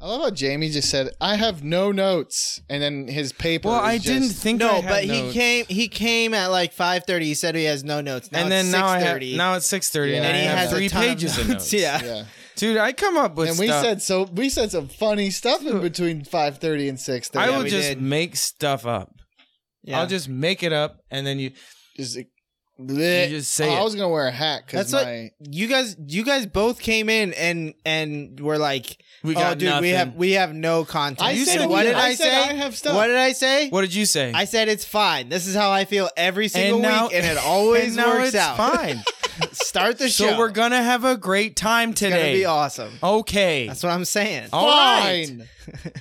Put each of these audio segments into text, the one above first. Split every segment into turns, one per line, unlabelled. I love how Jamie just said, "I have no notes," and then his paper.
Well,
is
I
just-
didn't think I
No,
had
but he
notes.
came. He came at like five thirty. He said he has no notes. Now
and then
it's
now I have,
6:30,
now it's six thirty,
Yeah.
and,
and he
I have
has
three
a ton
pages
of
notes.
notes. yeah.
Yeah,
dude, I come up with
and we
stuff.
said so. We said some funny stuff in between five thirty and six thirty.
I
Yeah,
will
we
just
did.
make stuff up.
Yeah.
I'll just make it up, and then you.
just, bleh. Oh,
just say
I
it.
was gonna wear a hat because
That's
my
you guys. You guys both came in and and were like,
We
"Oh,
got
dude, we
nothing.
have we have no content."
I
You
said
said-
we-
what did
I,
I
said
say?
I have stuff.
What did I say?
What did you say?
I said it's fine. This is how I feel every single
now-
week, and it always
and now
works
it's
out.
Fine.
Start the show.
so we're gonna have a great time
It's gonna
today.
be awesome.
Okay.
That's what I'm saying.
All right.
Fine.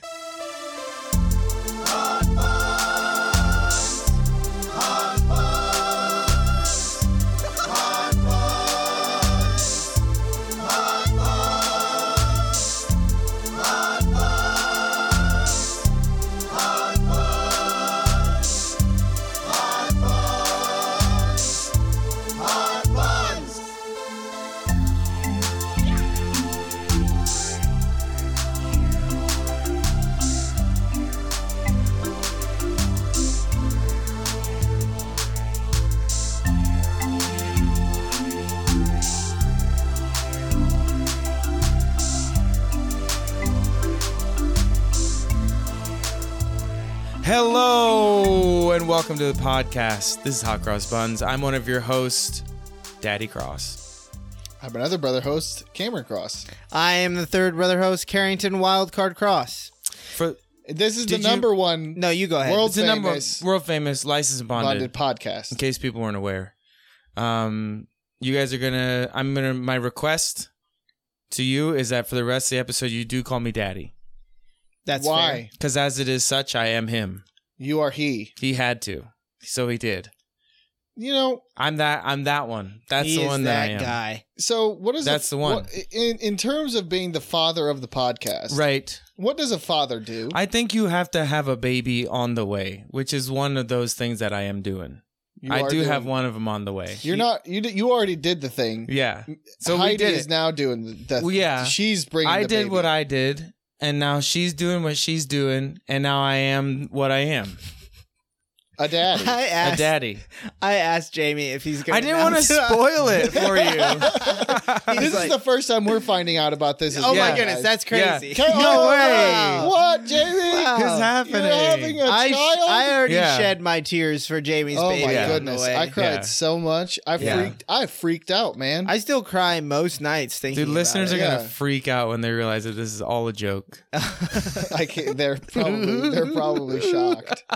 Hello and welcome to the podcast. This is Hot Cross Buns. I'm one of your hosts, Daddy Cross.
I'm another brother host, Cameron Cross.
I am the third brother host, Carrington Wildcard Cross.
For
This is
Did
the
you-
number one
No, you go ahead.
World-
it's a number
Famous.
world famous license
bonded
bonded,
podcast.
in case people weren't aware. Um, you guys are gonna. I'm gonna. My request to you is that for the rest of the episode, you do call me Daddy,
That's
Why
fair.
because as it is such, I am him.
you are he?
He had to, so he did.
You know.
I'm that. I'm that one. That's
He
the
is
one that,
that
I am.
guy.
So what is
That's the one.
what- in in terms of being the father of the podcast?
Right.
What does a father do?
I think you have to have a baby on the way, which is one of those things that I am doing.
You
I
are
do
doing-
have one of them on the way.
You're not. You did- you already did the thing.
Yeah. So
Heidi
we did
is
it.
now doing the. the
Well, yeah.
she's bringing.
I
the
did
baby.
what I did, and now she's doing what she's doing, and now I am what I am.
a dad.
I
A
asked.
daddy.
I asked Jamie if he's gonna. uh,
I didn't want to spoil it for you.
He's
this
like,
is the first time we're finding out about this. as
oh my
Yeah.
well,
goodness,
guys.
that's crazy.
Yeah. No
Oh,
way.
wow. What, Jamie?
Wow.
It's
You're
happening.
having a
I,
child.
I already
Yeah.
shed my tears for Jamie's
oh
baby.
my
Yeah.
goodness! I
I,
cried
Yeah.
so much. I
Yeah.
freaked. I freaked out, man.
I still cry most nights thinking.
Dude, listeners are
about
it.
gonna
Yeah.
freak out when they realize that this is all a joke.
I can't, they're probably they're probably shocked.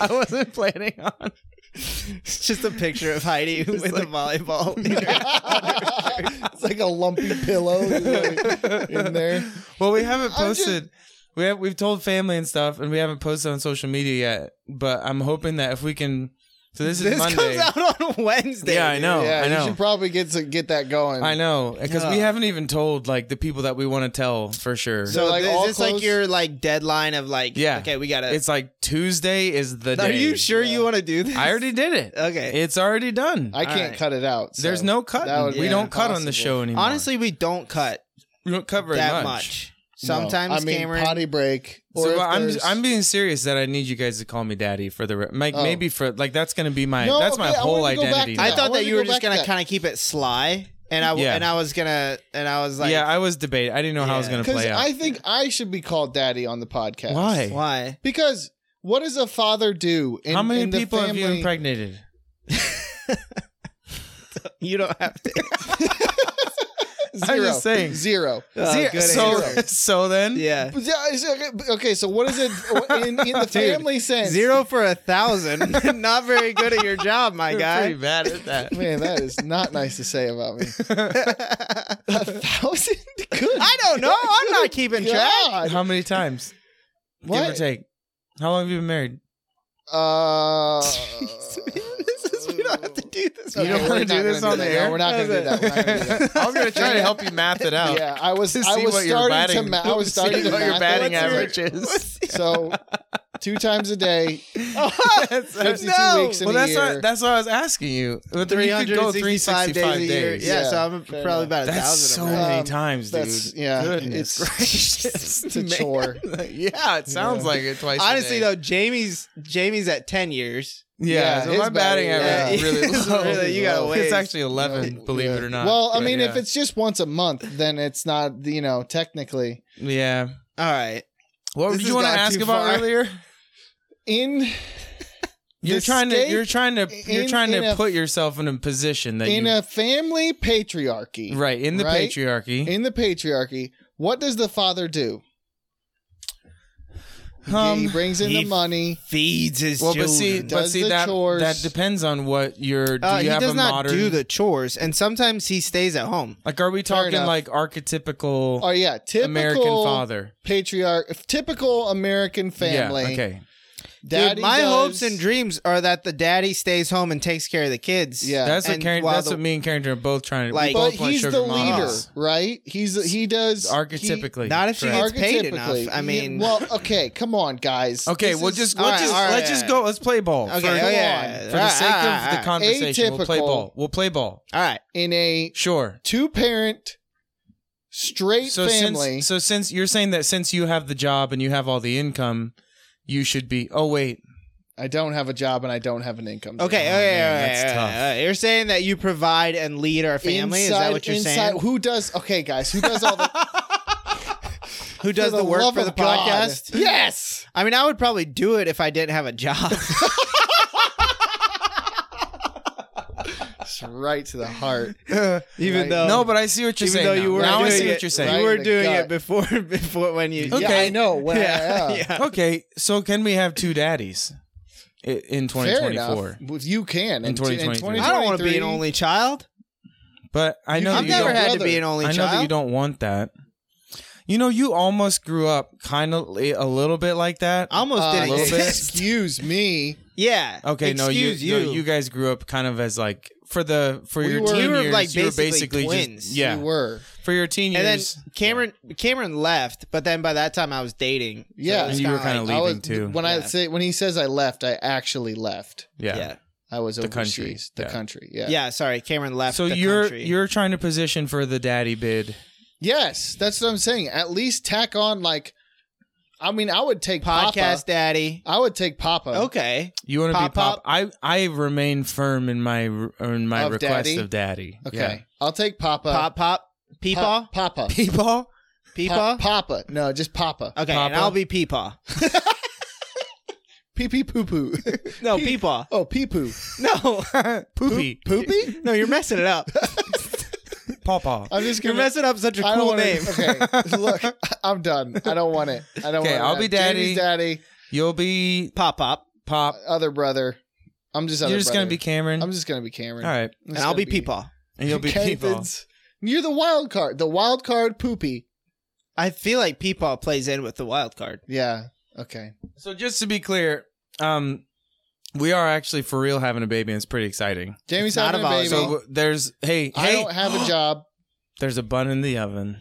I wasn't planning on.
it. It's just a picture of Heidi with a volleyball. in her-
it's like a lumpy pillow in there.
Well, we haven't
I'm just-
posted. we have we've told family and stuff, and we haven't posted on social media yet. But I'm hoping that if we can, so this,
this
is Monday.
comes out on Wednesday.
yeah, I
dude.
know,
yeah,
Oh, I
you
know,
should probably get to get that going.
I know, because we
Yeah.
haven't even told like the people that we want to tell for sure.
So, uh,
So, like,
is
all
this like
clothes-
your like deadline of like?
Yeah.
Okay, we gotta.
it's like Tuesday is the
are
day.
you sure you
Yeah.
want to do this? uh,
I already did it.
Okay.
it's already done.
I can't
Alright.
cut it out. so
There's no
that
cut.
would
We
be
don't cut on the
impossible.
show anymore.
Honestly, we don't cut
we don't cut very
that
no.
much. Sometimes
I mean,
Cameron.
potty break. Or
So
if
I'm
there's-
I'm being serious that I need you guys to call me daddy for the re- like
Oh.
maybe for like that's gonna be my
No,
that's my
okay, I
whole
wanted to go back
identity.
to
now.
I
Yeah, I
thought
wanted
that
to
you were
go
just
back
gonna
to that.
kind of keep it sly, and I w-
Yeah.
and I was gonna and I was like,
yeah, I was debating. I didn't know how it was
Yeah.
going to
because
play out.
I think I should be called daddy on the podcast.
Why?
why?
Because what does a father do? In,
how many
in the
people have you
family-
impregnated?
You don't have to.
Zero.
just saying.
Zero.
Oh,
Zero.
good
so,
answer.
so then,
yeah,
Yeah, it's okay- Okay, so what is it in, in the family sense?
zero for a thousand. Not very good at your job, my
you're
guy.
pretty bad at that.
Man, that is not nice to say about me.
I
A thousand? Good.
don't know. I'm not keeping track.
God.
how many times? Give or
What?
take. How long have you been married?
Uh,
Jeez, man, this is- we don't have to do this.
You
Okay,
don't
we're
wanna
not
do
gonna
this on
that.
the air? No, we're not gonna do that. We're not gonna do
I was going to try to help you math it out.
yeah, I was.
To
I
see
was
what your
starting
batting-
to. Ma- I was
see
starting to
what your
math
batting
it.
average is.
So two times a day,
That's-
52
no!
weeks in
Well,
a
that's
year.
what, that's what I was asking you. But you could go
365 days a year.
days.
Yeah,
Yeah,
so I'm
fair
probably
enough.
about a
That's so
thousand. of them.
many
Um,
times, dude.
that's yeah.
Goodness
It's
gracious,
it's a
man.
chore.
yeah, it sounds
Yeah.
like it twice.
Honestly
a day.
though, Jamie's Jamie's at ten years.
yeah,
Yeah,
so
his
my batting
batting,
average is
yeah.
really
It's
low.
really- you
gotta
It's
waste.
actually eleven,
Yeah.
believe
Yeah.
it or not.
Well, I
But
mean,
yeah.
if it's just once a month, then it's not you know technically
yeah,
All right.
what
This
did
has
you want to
gone
ask
too
about
far.
earlier?
in
You're
The
trying to
state
you're trying to you're
in-
trying
in
to
a-
put yourself in a position that
in
you
a family patriarchy.
right in the
right?
patriarchy.
In the patriarchy, what does the father do? He- he
um,
brings in
he
the money.
Feeds his
well, but see, but
does
see
the
that
chores.
that depends on what your do
uh,
you
he
have
does
a
not
modern
do the chores, and sometimes he stays at home.
like are we talking
enough.
like archetypical
Oh yeah, typical
American father
patriarch, typical American family.
Yeah, okay,
Daddy
Dude, my
does-
hopes and dreams are that the daddy stays home and takes care of the kids.
Yeah.
that's what
And
Karen,
while
that's
the-
what me and Carrington are both trying to.
Like-
we both
But
want
he's
sugar
the leader,
mamas.
right? He's he does
archetypically.
Not if she
correct.
He,
gets paid enough.
archetypically.
I
He-
mean-
well, okay, come on, guys.
Okay,
This
we'll
is-
just we'll
all right,
just
all right,
let's just
all
go. Let's play ball.
Okay. Ah,
For,
oh,
go
yeah.
on.
for the sake
All
of
right,
the conversation, we'll play
Atypical.
ball. We'll play ball.
All right.
in a
Sure.
two-parent straight
So
family.
since so since you're saying that since you have the job and you have all the income, you should be. Oh wait,
I don't have a job and I don't have an income. Uh,
Okay. okay,
Oh, man,
all right,
that's
all right,
tough.
all right. You're saying that you provide and lead our family. Is that what you're saying?
Who does? Okay, guys, who does all the
Who does
for
the, work
love
for the
of God.
podcast?
Yes.
I mean, I would probably do it if I didn't have a job.
It's right to the heart.
even
Right.
though
no, but I see what you're
Um, even
saying.
though
now.
you were
now I
doing
see
it,
what you're saying.
right?
you were
in the
doing it
gut.
before before when you.
Okay.
Yeah, I know. Well,
Yeah.
yeah.
yeah.
Okay, so can we have two daddies i- in
Fair enough.
2024?
Well, You can
In 2023.
I don't want to be an only child.
But I know that
I've
you
never
don't-
had to
brother.
be an only
I know
child.
that you don't want that. You know, you almost grew up kind of li- a little bit like that.
I almost
Uh,
did
little bit.
exist.
excuse me.
yeah.
okay, no, you,
Excuse
no, you guys grew up kind of as like for the for
We
your
were-
teen
we
were,
years,
like,
you were
basically
basically just-
twins.
yeah,
We were.
for your teen
and then
years,
Cameron Cameron left, but then by that time I was dating. So
Yeah.
it was
And you were
kinda
kinda
like,
I was,
Leaving too.
When I
Yeah.
say when he says I left, I actually left.
yeah.
yeah.
I was
The
overseas.
country,
The
yeah.
country.
yeah,
Yeah.
Sorry, Cameron left.
So
the
you're
country.
you're trying to position for the daddy bid.
Yes, that's what I'm saying. At least tack on like I mean, I would take
podcast
Papa.
daddy.
I would take Papa.
Okay,
You want to be
Pop,
pop?
pop.
I I remain firm in my in my
Of
request
daddy?
of daddy.
Okay. I'll take Papa.
pop pop,
Pa-
peepaw,
Papa.
Yeah. People.
Pa-
peepaw.
Papa. No, just Papa.
Okay, and
Papa?
I'll be peepaw.
Pee pee poo poo.
No, peepaw.
oh, pee poo. Oh.
No,
Poopy.
Poopy?
no, you're messing it up.
Pawpaw.
I'm just
You're
gonna
messing up such a
I don't
cool
wanna-
name.
Okay, look, I'm done. I don't want it. I don't.
Okay,
want
I'll
that.
be daddy.
Jamie's daddy,
You'll be
Pop pop,
pop.
other brother. I'm just. Other
You're just gonna be Cameron.
I'm just gonna be Cameron.
All right,
I'm
and
just
I'll
gonna
be peepaw.
and you'll be
Okay,
people.
Vince. You're the wild card. The wild card poopy.
I feel like peepaw plays in with the wild card.
Yeah. Okay.
So just to be clear, um, we are actually for real having a baby, and it's pretty exciting.
Jamie's
It's not
having a
about-
baby.
So w- there's hey
I
hey,
don't have a job.
there's a bun in the oven.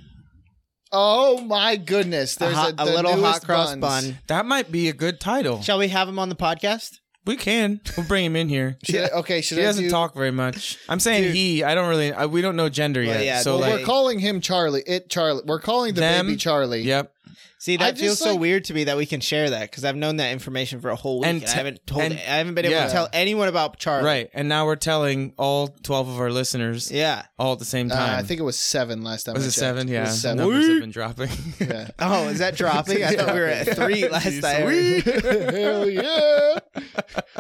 Oh my goodness! There's
a,
a,
hot- a
the
little hot
newest
cross
buns.
bun.
That might be a good title.
Shall we have him on the podcast?
We can. We'll bring him in here.
Should I- okay. Should
He
I
doesn't
do-
talk very much. I'm saying
Dude.
he. I don't really. I, we don't know gender
Well,
yet.
yeah,
so
Well,
like,
we're calling him Charlie. It Charlie. We're calling the
Them?
baby Charlie.
yep.
See,
I
that
just,
feels so
like-
weird to me that we can share that because I've known that information for a whole week.
And
And, I
te-
haven't told.
and-
I haven't been able
yeah.
to tell anyone about Charlie.
Right. And now we're telling all 12 of our listeners
Yeah.
all at the same
Uh,
time.
I think it was seven last time.
was
I
it
checked.
seven? Yeah.
was
The
seven.
Numbers have been dropping.
Yeah.
Oh, is that dropping? I thought we were at three last time.
Hell yeah.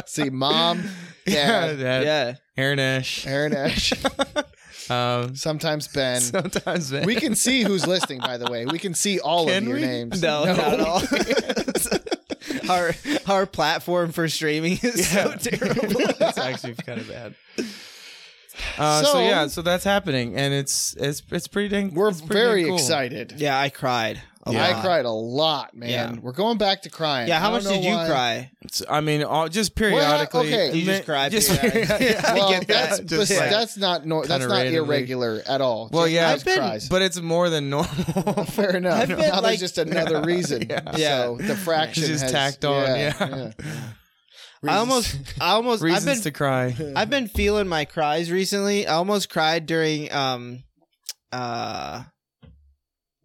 See, mom,
yeah.
dad,
That,
Yeah.
Aaron Ash.
Aaron Ash,
Um,
sometimes Ben.
sometimes that.
we can see who's listening, by the way. We can see all
Can
of your
we?
names.
No, not at all. our our platform for streaming is so terrible.
That's actually kind of bad. Uh, so,
So-
yeah, so that's happening, and it's it's it's pretty dang.
We're
it's pretty dang
very
cool.
excited.
yeah, I cried. A
Yeah.
I
lot.
cried a lot, man. We're going back to crying.
Yeah, how
I
much
don't know
did you
why.
cry?
It's- I mean, all, just periodically.
okay.
You just cry
Just-
periodically.
yeah, I
Well,
get that.
that's,
Just
bes-
like-
that's not nor- that's
kinda
not
randomly.
irregular at all.
Well,
Jake
yeah,
just
I've been-
cries.
but it's more than normal.
Fair enough.
I've
now
been
there's
like-
just another reason.
Yeah.
So the fraction
just
has-
tacked on, yeah.
I almost, I almost,
Reasons
I've been,
to cry.
I've been feeling my cries recently. I almost cried during, um, uh,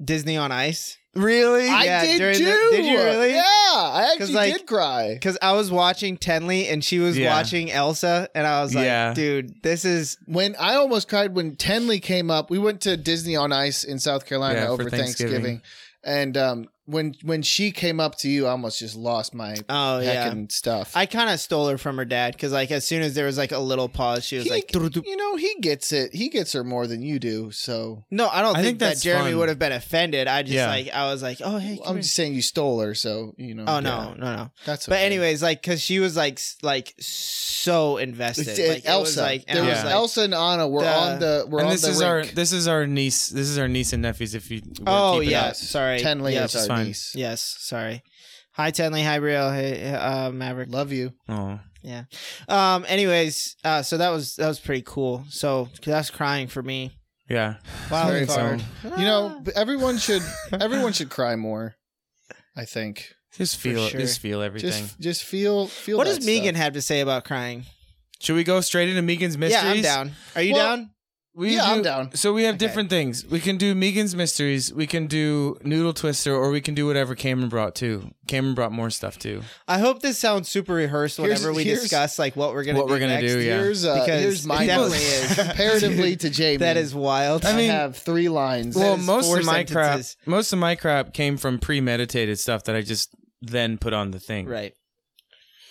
Disney on Ice
Really?
I
Yeah,
did
during
too.
the- did you really?
Yeah, I
'Cause,
actually
like-
did cry.
because I was watching Tenley and she was
Yeah.
watching Elsa, and I was like,
Yeah.
dude, this is
When I almost cried when Tenley came up, we went to Disney on Ice in South Carolina
Yeah, for
over Thanksgiving.
Thanksgiving.
and um, when when she came up to you, I almost just lost my
oh yeah.
heckin' stuff.
I kind of stole her from her dad because like as soon as there was like a little pause, she was
He-
like,
you know, he gets it. He gets her more than you do. So
"No, I don't
I
think,
think
that
that's
Jeremy
fun.
would have been offended." I just
Yeah.
like I was like, "Oh hey, come
I'm
here."
just saying you stole her. So you know.
oh
yeah,
no, no, no."
that's.
But
okay.
anyways, like because she was like s- like so
It's-
invested.
it-
Like, it
Elsa.
was, like, and
there
I
was
was, like,
Elsa and Anna. We're
the-
on the. We're
and
on
this
the
is our
rink.
this is our niece this is our niece and nephews if you wanna
Oh
keep it
yeah,
up.
up.
sorry.
Tenley
Yep.
is our
fine.
niece.
Yes, sorry. Hi Tenley, hi Brielle, hey uh, Maverick.
Love you.
oh
Um. Anyways, uh, so that was that was pretty cool. So that's crying for me.
yeah
Wow,
Very
card.
You
Ah.
know, but everyone should everyone should cry more. I think.
just feel
sure.
it just feel everything
Just just feel feel.
what
that
does Megan
stuff.
have to say about crying?
should we go straight into Megan's mysteries
Yeah, I'm down. Are you
Well,
down?
we
yeah, I'm
do-
down.
so we have
Okay.
different things we can do Megan's mysteries we can do Noodle Twister or we can do whatever Cameron brought too Cameron brought more stuff too
I hope this sounds super rehearsed
Here's-
whenever we
here's-
discuss like what we're gonna
What
do
we're gonna
next.
do, yeah.
Here's uh,
Because
here's
it
my
definitely
notes.
is.
comparatively to Jamie.
That is wild.
I
I mean-
have three lines.
Well,
well
is
most
four
of my crap
sentences.
most of my crap came from premeditated stuff that I just then put on the thing
right.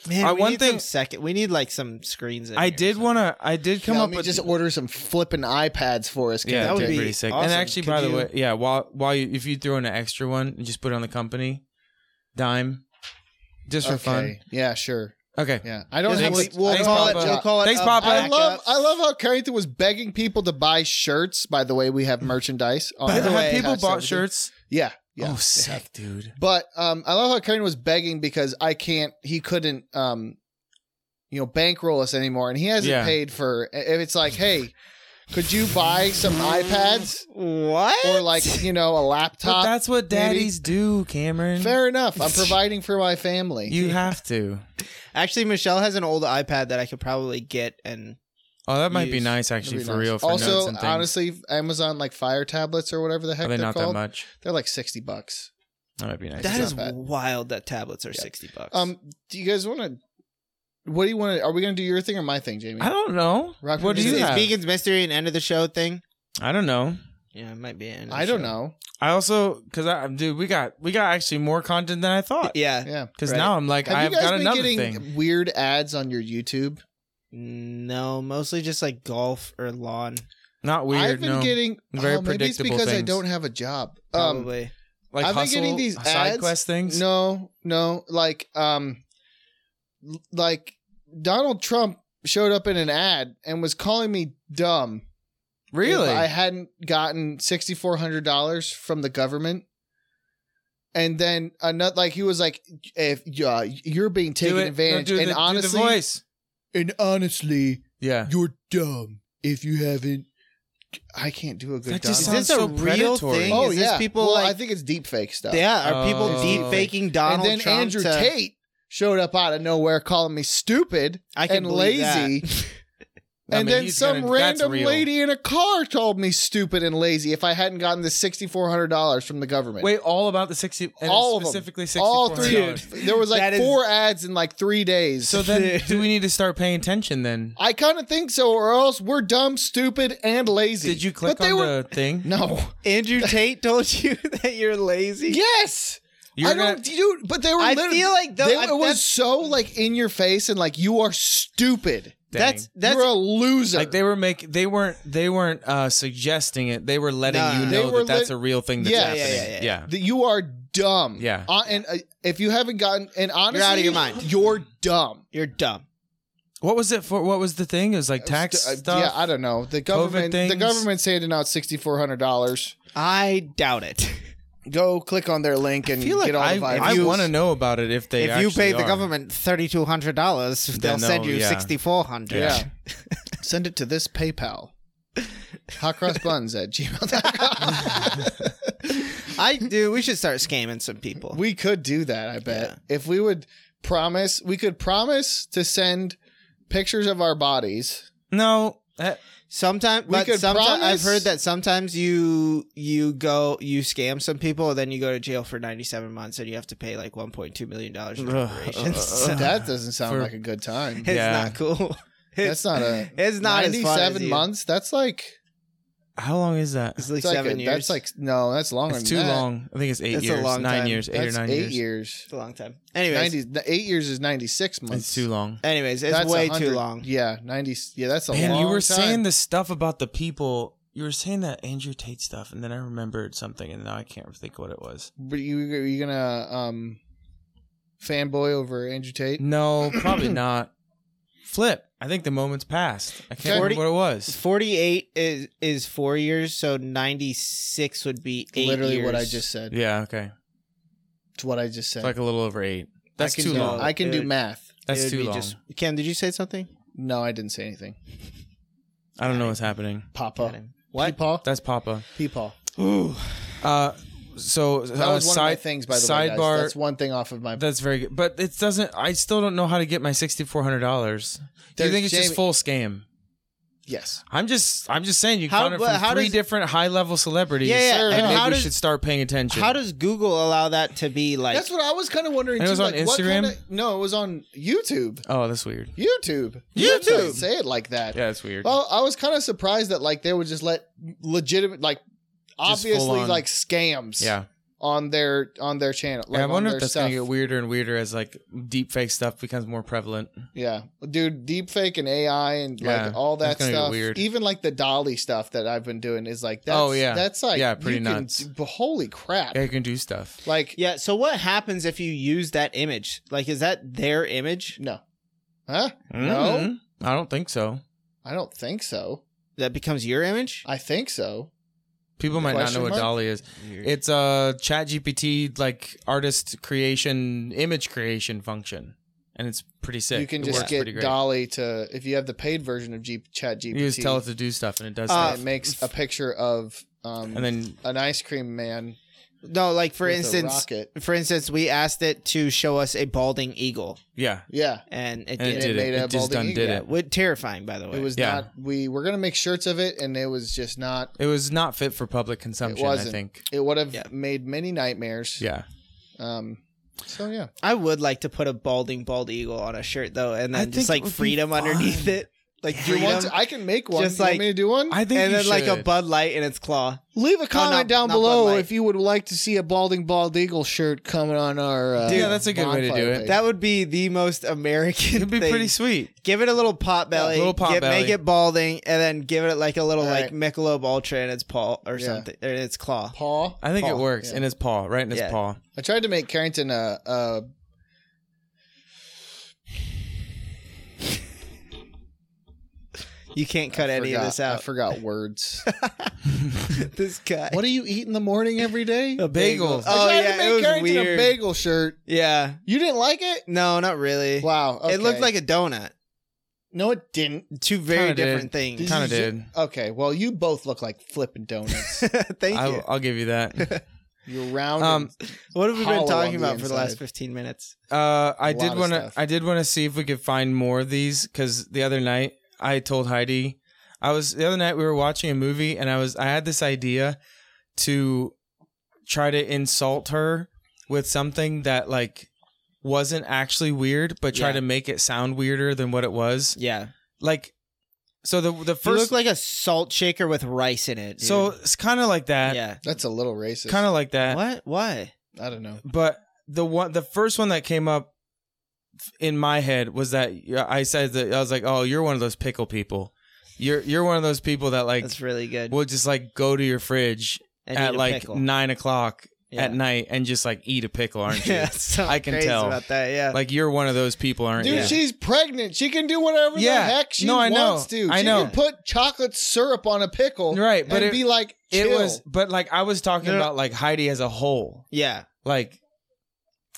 Man,
Uh,
we
one
need
thing-
some second. We need like some screens. In
I
here
did
or
want to I did come
Now,
up
let me
with
just order some flipping iPads for us. Kentucky.
Yeah,
that would
that'd
be
pretty sick.
awesome.
And actually,
Could
by
you-
the way, yeah, while while you, if you throw in an extra one and just put it on the company dime, just for fun.
Okay. Yeah, sure.
Okay,
Yeah, I don't
Yeah,
have.
thanks-
a, I
thanks,
don't have a
Papa.
job.
We'll
Uh,
Thanks, Papa.
I
Back
love I love how Carrington was begging people to buy shirts. By the way, we have merchandise. On
By the
our
way-
have people
podcast
bought
everything.
shirts?
Yeah, yeah.
oh, sick, dude.
But um, I love how Carrington was begging because I can't. He couldn't. Um, you know, bankroll us anymore, and he hasn't
Yeah.
paid for. If it's like, hey, could you buy some iPads
What?
or like you know a
But
laptop?
that's what daddies do, Cameron.
Fair enough. I'm providing for my family.
You have to.
actually, Michelle has an old iPad that I could probably get and
Oh, that might be
Use.
nice actually
That'd be
for
nice.
real. For notes
also,
and things.
honestly, Amazon like Fire tablets or whatever the heck
probably
they're
not that
called.
much.
They're like sixty bucks.
That might be nice.
that
not
is
bad.
wild. That tablets are
Yeah.
sixty bucks.
Um, do you guys want to? What do you want to? Are we going to do your thing or my thing, Jamie?
I don't know.
Rock,
what do
is,
you
is
have?
Vegan's mystery and end of the show thing?
I don't know.
Yeah, it might be. End of the
I don't
show.
know.
I also because I dude, we got we got actually more content than I thought.
Yeah.
Yeah.
Because
Right.
now I'm like
Have
I've
you guys
got
been
another
getting
thing.
weird ads on your YouTube?
No, mostly just like golf or lawn.
Not weird.
I've been
no.
getting
Very
oh, maybe it's
predictable
because I
things.
don't have a job. Um,
Probably.
like
I've been
hustle,
getting these
side
ads.
quest things.
no, no, like um, l- like Donald Trump showed up in an ad and was calling me dumb.
really.
if I hadn't gotten sixty four hundred dollars from the government. And then another, like he was like, "If uh, you're being taken
Do it.
advantage,
No, do
and
the- do the
honestly,
voice.
and honestly,
Yeah.
you're dumb if you haven't. I can't do a good
That
Donald.
just
Is
sounds
this a
so
real
predatory.
thing?
oh
is
yeah,
this people
well,
like
I think it's deep fake stuff.
yeah? Are people
Oh.
deep faking
and
Donald
then
Trump?
Andrew
to-
Tate showed up out of nowhere calling me stupid
I can
and
believe that.
lazy.
I
And
mean,
then
he's
some
gonna- that's
random
real.
lady in a car told me stupid and lazy if I hadn't gotten the sixty four hundred dollars from the government.
Wait, all about the sixty. And
All
all
of 'em.
specifically sixty.
all three. There was
That
like
is-
four ads in like three days.
So then, do we need to start paying attention then?
I kind of think so, or else we're dumb, stupid, and lazy.
Did you click
But they
on
were-
the thing?
No.
Andrew Tate told you that you're lazy.
Yes.
You're
I
gonna-
don't, dude. But they were.
I
literally-
feel like though,
they-
I-
it was so like in your face and like you are stupid.
Dang.
that's that's
You're a loser.
like they were making. They weren't. They weren't uh, suggesting it. They were letting
Nah.
you
They
know
were
that that's
let-
a real thing that's
Yeah,
happening.
yeah,
Yeah,
yeah, yeah.
That you are dumb.
Yeah.
Uh, and uh, if you haven't gotten, and honestly,
out of your mind.
You're dumb.
you're dumb.
What was it for? What was the thing? It was like tax
Uh,
stuff.
Yeah, I don't know. The government. The
things.
government's handing out sixty four hundred dollars.
I doubt it.
Go click on their link and get all the
I,
vibes.
I want to know about it if they
if you pay
actually
the
are.
government thirty two hundred dollars, they'll
Then
send
they'll-
you
yeah.
sixty four hundred.
Yeah. Send it to this PayPal. Hot cross buns at gmail.com.
I do. We should start scamming some people.
we could do that, I bet. If we would promise, we could promise to send pictures of our bodies.
No, eh,
Sometimes,
We
but
could
sometimes I've
promise-
heard that sometimes you you go you scam some people, and then you go to jail for ninety seven months, and you have to pay like one point two million dollars in
Ugh,
reparations.
ugh, ugh.
So
That doesn't sound
For-
like a good time.
it's
Yeah.
not cool.
That's
It's
not a
it's not as fun as
97
you.
months. That's like,
how long is that?
It's like
it's like
seven
a-
years.
That's like, no, that's longer
It's
than
too
that.
long. I think it's eight
That's a
years,
long
nine
time.
years, eight
That's
or nine
eight
years.
years.
It's a long time. Anyways,
90, the eight years is 96 months.
It's too long.
anyways, it's
That's
way
100
too long.
Yeah, 90. Yeah, that's a
Man,
long
you were
time.
saying the stuff about the people. You were saying that Andrew Tate stuff, and then I remembered something, and now I can't think what it was.
But you are you gonna um fanboy over Andrew Tate?
No, probably not. Flip. I think the moment's passed. I can't
Forty-
remember what it was.
Forty eight is is four years, so ninety six would be eight
Literally what I
years.
just said.
Yeah, okay.
It's what I just said.
It's like a little over eight. That's
I can
too
do,
long.
I can do
Dude.
math.
It
That's
would
too
be
long.
just- Cam, did you say something?
No, I didn't say anything.
I don't know what's happening.
Papa.
What?
Peepaw.
That's Papa.
Peepaw.
Ooh.
Uh, so
That
uh,
was one of my
side-
things, by the way,
sidebar-
guys. That's one thing off of my.
That's very good, but it doesn't. I still don't know how to get my sixty four hundred dollars. Do you
There's
think it's
Jamie-
just full scam?
yes.
I'm just, I'm just saying you
How-
count it from
but how
three
does-
different high level celebrities.
Yeah, yeah,
and,
and
maybe
how
we
does-
should start paying attention.
How does Google allow that to be like?
That's what I was kind of wondering.
And it
too,
was on
like, what
Instagram?
kinda- no, it was on YouTube.
oh, that's weird.
YouTube.
YouTube.
Don't Say it like that.
Yeah, that's weird.
Well, I was kind of surprised that like they would just let legitimate, like obviously
on-
like scams.
yeah,
on their on their channel. Like
yeah. I wonder
on
if
their
that's
stuff.
gonna get weirder and weirder as like deep fake stuff becomes more prevalent.
Yeah, dude, deepfake and AI and
Yeah,
like all that
that's gonna get
stuff.
weird.
Even like the Dolly stuff that I've been doing is like that's,
Oh, yeah.
that's like
Yeah, pretty
you
nuts.
Can, but holy crap!
Yeah, you can do stuff.
Like
Yeah. So what happens if you use that image? Like, is that their image?
no, huh?
Mhm. I don't think so.
I don't think so.
That becomes your image?
I think so.
People might not
Question
know what
mark?
Dolly is. It's a chat GPT like artist creation, image creation function. And it's pretty sick.
You can
It
just
works
get
pretty great.
Dolly to if you have the paid version of G- Chat GPT.
You just tell it to do stuff and it does
Uh,
it
stuff.
makes a picture of um
And then
an ice cream man.
No, like for
with a
instance,
rocket.
for instance, we asked it to show us a balding eagle,
yeah.
yeah,
and
And
it did.
it
it
did
made
it.
a
It just
balding
done did
eagle.
Yeah,
it.
would terrifying by the way.
it was
Yeah.
not. We were gonna make shirts of it, and it was just not.
It was not fit for public consumption, I
wasn't.
think.
It would have
Yeah.
made many nightmares.
Yeah.
Um. So yeah,
I would like to put a balding bald eagle on a shirt though, and
I
then just
think it
like
would be
freedom
fun.
underneath it, like
do you
freedom,
want? To, I can make one.
Just
you want
like-
me to do one?
I think
and
you
then like a
should.
Bud Light in its claw.
Leave a comment
not-
down
not Bud
below
Light.
if you would like to see a balding bald eagle shirt coming on our. Uh,
Dude, Yeah, that's a good way to do
bonfire
it.
page.
That would be the most American.
It'd be
thing.
pretty sweet.
Give it a little pot
Yeah,
belly.
little pot
get- Make
belly.
it balding, and then give it like a little
All
like Michelob Ultra in its paw or
Yeah.
something, or in its claw.
paw.
I think
Paw.
it works
Yeah.
in his paw, right in his
Yeah.
paw.
I tried to make Carrington uh, a. a
You can't cut
I
any
forgot-
of this
I
out.
forgot words.
this guy.
what do you eat in the morning every day?
A bagel.
I tried
Oh
to
yeah,
make
it was
Carrington a
weird.
bagel shirt.
yeah.
You didn't like it?
No, not really.
Wow.
It looked like a donut.
no, it didn't.
Two very
Kinda did.
different things.
Kinda
you-
did.
Okay, well, you both look like flipping donuts.
Thank
I'll,
you.
I'll give you that.
You're round.
Um,
and-
What have we
hollow
been
on
talking
the
about for the last
inside.
15 minutes?
Uh, I
A lot
did
of
want to.
stuff.
I did want to see if we could find more of these because the other night I told Heidi, I was the other night we were watching a movie and I was I had this idea to try to insult her with something that like wasn't actually weird, but try
Yeah.
to make it sound weirder than what it was.
Yeah.
Like, so the the
You
first
look like a salt shaker with rice in it. dude.
so it's kind of like that,
yeah.
that's a little racist.
kind of like that.
What? Why?
I don't know.
but the one the first one that came up in my head was that yeah, I said that I was like, "Oh, you're one of those pickle people. You're you're one of those people that like
That's really good.
will just like go to your fridge
And
at
eat a
like
pickle.
nine o'clock
Yeah.
at night and just like eat a pickle, aren't you?
Yeah, so
I can
crazy
tell.
about that. Yeah.
Like you're one of those people, aren't
Dude,
you?
she's pregnant. She can do whatever
Yeah.
the heck she
No, I know.
wants to.
I
she
know.
can put chocolate syrup on a pickle
Right, but
and
it-
be like,
It
Chill.
was, but like I was talking
No.
about like Heidi as a whole.
Yeah,
Like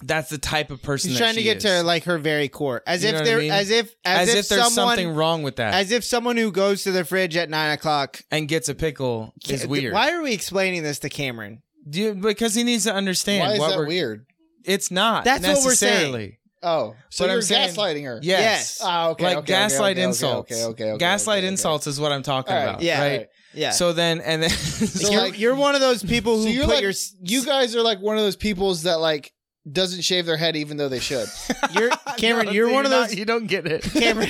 that's the type of person
she's
that
trying to
she
get
is.
to her, like her very core, as
You know
if
what I
there,
mean?
as if
as,
as,
if, there's
someone,
something wrong with that
as if someone who goes to the fridge at nine o'clock
and gets a pickle is
Th-
weird.
Why are we explaining this to Cameron?
Do you- because he needs to understand
Why is
what
that
we're-
weird?
It's not.
That's what we're saying. Oh,
necessarily.
Oh, so
But I'm
you're
saying-
gaslighting her.
Yes.
Ah, okay.
like
okay, okay,
gaslight
okay, okay,
insults.
Okay. Okay. okay
gaslight
okay, okay.
insults is what I'm talking
All right,
about.
yeah,
Yeah. Right?
Alright.
Yeah.
So then, and then, so,
you're,
like-
you're one of those people who
So you're
put
like
your
you guys are like one of those peoples that like doesn't shave their head even though they should.
you're Cameron. you're one of those
you don't get it.
Cameron.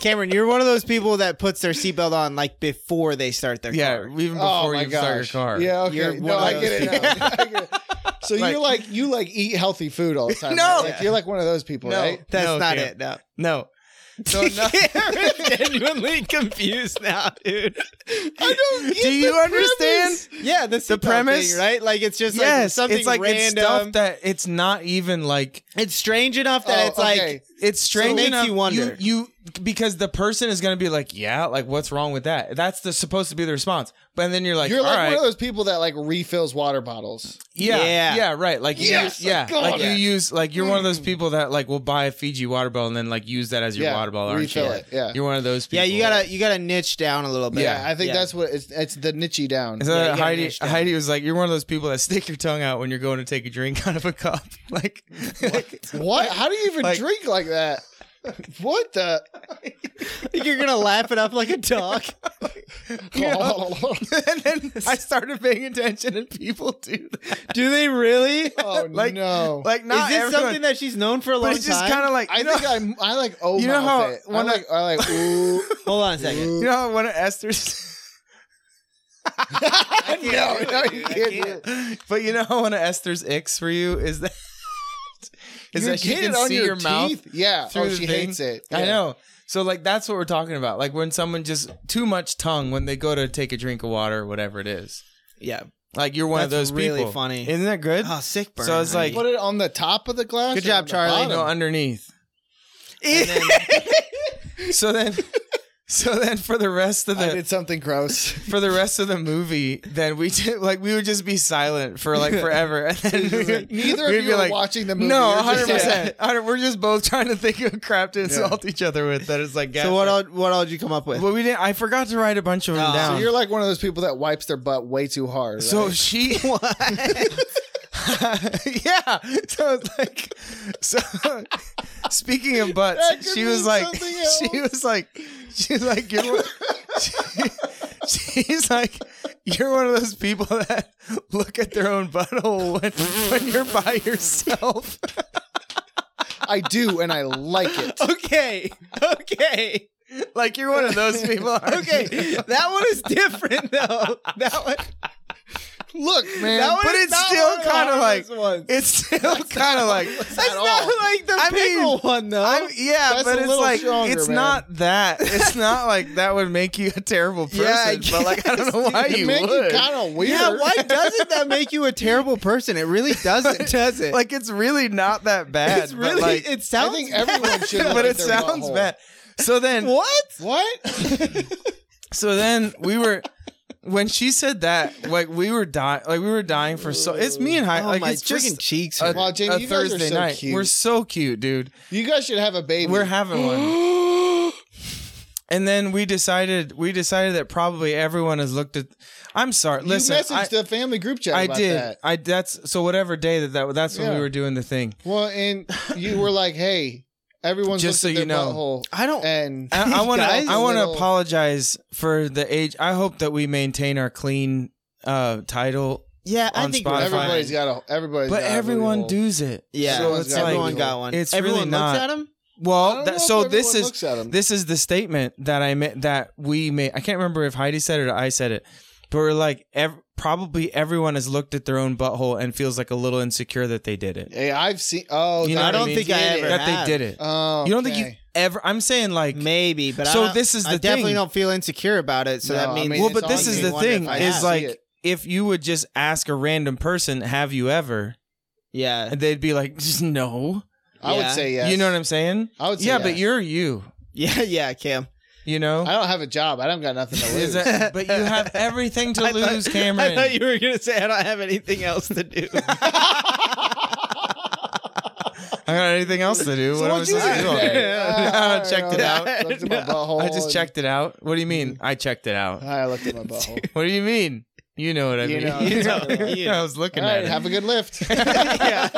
Cameron, you're one of those people that puts their seatbelt on like before they start their
yeah,
car. Oh
even before you start your car.
Oh Yeah. Okay.
You're
no,
one of
I get
those
it. now. I get it. So
Like-
you like you like eat healthy food all the time.
No.
right? Like,
Yeah.
you're like one of those people,
No.
right?
That's
No,
not
Cam.
it. No.
No. So no.
Cameron's genuinely confused now, dude.
I don't.
Do you understand?
Yeah, that's the
The premise?
premise, right? Like it's just like
yes,
something
it's like
random.
it's stuff Oh, that it's not even like
It's strange enough that it's like
it's strange
makes
enough.
you wonder.
you because the person is going to be like, yeah, like what's wrong with that? That's the supposed to be the response. But then you're like,
you're
all
like
right,
one of those people that like refills water bottles.
yeah,
Yeah.
yeah, right. Like, you-
Yes, I
yeah,
got
like you
it.
use like you're one of
Hmm.
those
Mm.
people that like will buy a Fiji water bottle and then like use that as your
yeah,
water bottle, aren't
refill
you?
it. Yeah.
You're one of those people.
yeah, you gotta you gotta niche down a little bit.
yeah, I think
Yeah.
that's what it's. It's the niche down.
And
Yeah,
so
you gotta
Heidi,
niche down.
Heidi was like, "You're one of those people that stick your tongue out when you're going to take a drink out of a cup." Like,
What? How do you even
Like-
drink like that? what the?
You're gonna laugh it up like a dog.
Oh,
and then I started paying attention, and people do that.
Do they really?
Like-
Oh, no!
Like, Oh, not
Oh, Is this
everyone,
something that she's known for a long
but it's just
time?
kind of like
I
you know,
think I'm. I like. Oh,
You know how
it. I
when I-
like. I like. Ooh,
Hold on a second.
ooh.
you know how one of Esther's.
no, no, you
I
can't. do
can't.
it.
But you know how one of Esther's icks for you is that is
You
that she
get
can
it on
see
your,
your, mouth.
teeth? Yeah.
through
Oh,
the
she
thing.
hates it.
I
Yeah.
know. So like that's what we're talking about. Like when someone just too much tongue when they go to take a drink of water or whatever it is.
Yeah.
Like you're one of
That's
those
really
people.
funny.
Isn't that good?
Oh, sick burn.
So it's like-
Put it on the top of the glass.
Good
or
job,
on the
Charlie.
I
bottom?
know underneath. So then so then for the rest of
I
the
did something gross.
for the rest of the movie, then we did, like we would just be silent for like forever, and then we would-
Neither of
we'd
you
be
are
like,
watching the movie.
No,
You're just-
hundred percent. We're just both trying to think of crap to insult each other with. That is like
so what all, what all did you come up with?
Well, we didn't. I forgot to write a bunch of them
Oh. So
down.
So you're like one of those people that wipes their butt way too hard. Right?
So she, yeah. So it's like, so speaking of
That
butts,
could
she was
mean
like,
something
she was like, she's like, you're one, she, she's like, you're one of those people that look at their own butthole when, when you're by yourself.
I do, and I like it.
okay. Okay.
like you're one of those people. aren't you?
Okay. That one is different though. That one
Look, man.
That
but
is
it's
not
still
one of the
kind of like
hardest ones.
it's still kind of like
That's
at
not
all.
like the
I mean,
pickle one though.
I'm, yeah,
That's a
but it's
little
like
stronger,
it's
man.
not that. It's not like that would make you a terrible person.
Yeah, I
but like I don't know
guess,
why
it
you
make
would.
you kind of weird.
yeah, why doesn't that make you a terrible person? It really doesn't, does it?
like it's really not that bad.
it's really
but like,
it
I
sounds
think everyone should.
but
like
it
their
sounds
butthole.
bad. So then,
what?
What?
so then we were. When she said that, like we were dying, like we were dying for so. It's me and High.
oh
like
my
it's just
freaking cheeks.
a,
hurt.
Wow, Jamie,
a
you guys are
Thursday
so
night.
cute.
We're so cute, dude.
you guys should have a baby.
We're having one. And then we decided we decided that probably everyone has looked at. I'm sorry.
you
listen,
messaged
I,
the family group chat.
I
about
did.
That.
I that's so whatever day that, that that's when
Yeah.
we were doing the thing.
Well, and you were like, "Hey, everyone's
Just
looked
so
at their
you know.
butthole."
I don't.
And
And I want to
Guys,
I want to
little-
apologize for the age. I hope that we maintain our clean uh title,
Yeah, I
on
think
Spotify.
everybody's got a. Everybody's
but
got a
everyone
little-
does it.
Yeah,
so it's
got
like
everyone got one.
it's
everyone
really
looks
not-
at him.
I don't
well. That,
know if
so
everyone
this is
looks at 'em.
this is the statement that I made that we made. I can't remember if Heidi said it or I said it, but we're like ev- probably everyone has looked at their own butthole and feels like a little insecure that they did it.
Hey, I've seen. Oh,
You know
that
what I
you
mean?
did
I
it.
ever-
That
have.
they did it.
Oh,
You don't think you
okay.
ever? I'm saying like
Maybe, but I
So
don't-
this is
I
the
definitely
thing.
don't feel insecure about it. So
No,
that
I
means
mean,
Well,
it's
but
on
this is
you.
the
Wonder
thing
if I
is
have. See
like
it.
if you would just ask a random person, "Have you ever?"
yeah,
and they'd be like, "Just no."
I
Yeah.
would say yes.
You know what I'm saying?
I would say
yeah,
yes.
but you're you.
yeah, yeah, Cam.
You know,
I don't have a job. I don't got nothing to
Is
lose.
that- but you have everything to
I thought-
lose, Cameron.
I thought you were gonna say I don't have anything else to do.
I got anything else to do. what was
you
I
do
doing?
today?
I checked it out.
I looked at my butthole.
I just
and-
checked it out. What do you mean? I checked it out.
I looked at my butthole.
What do you mean? You know what I
You
mean.
know,
you know, you-
I was looking
All right,
at it.
have a good lift.
yeah.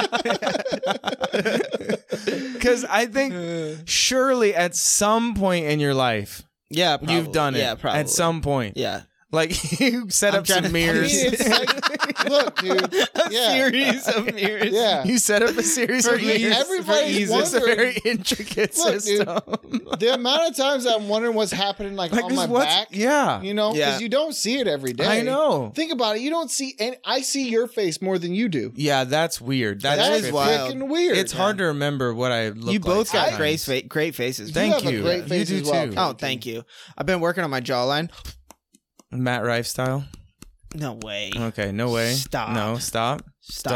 Because I think surely at some point in your life
Yeah, probably.
you've done it.
Yeah, probably.
At some point,
Yeah.
like you set
I'm
up
trying to
some
think.
I mean,
mirrors.
it's like, look, dude.
A
Yeah.
series of mirrors.
Yeah.
you set up a series
For
of
ease-
mirrors.
everybody's
For ease. It's a
e- wondering-
very intricate
Look, dude.
system.
The amount of times I'm wondering what's happening, like,
Like,
on
is
my
what's-
back.
Yeah,
You know, because
Yeah.
you don't see it every day.
I know.
Think about it. You don't see, and I see your face more than you do.
Yeah, that's weird. That's
That
is
trippy.
is
wild.
freaking weird.
It's hard to remember what I look.
You
like
both got
sometimes.
great, fa- great faces.
Thank
have a
you.
great
You
face
do
as well.
too.
Oh, thank you. I've been working on my jawline.
Matt Rife style.
No way.
Okay, no way.
Stop.
No, stop.
Stop.
Uh,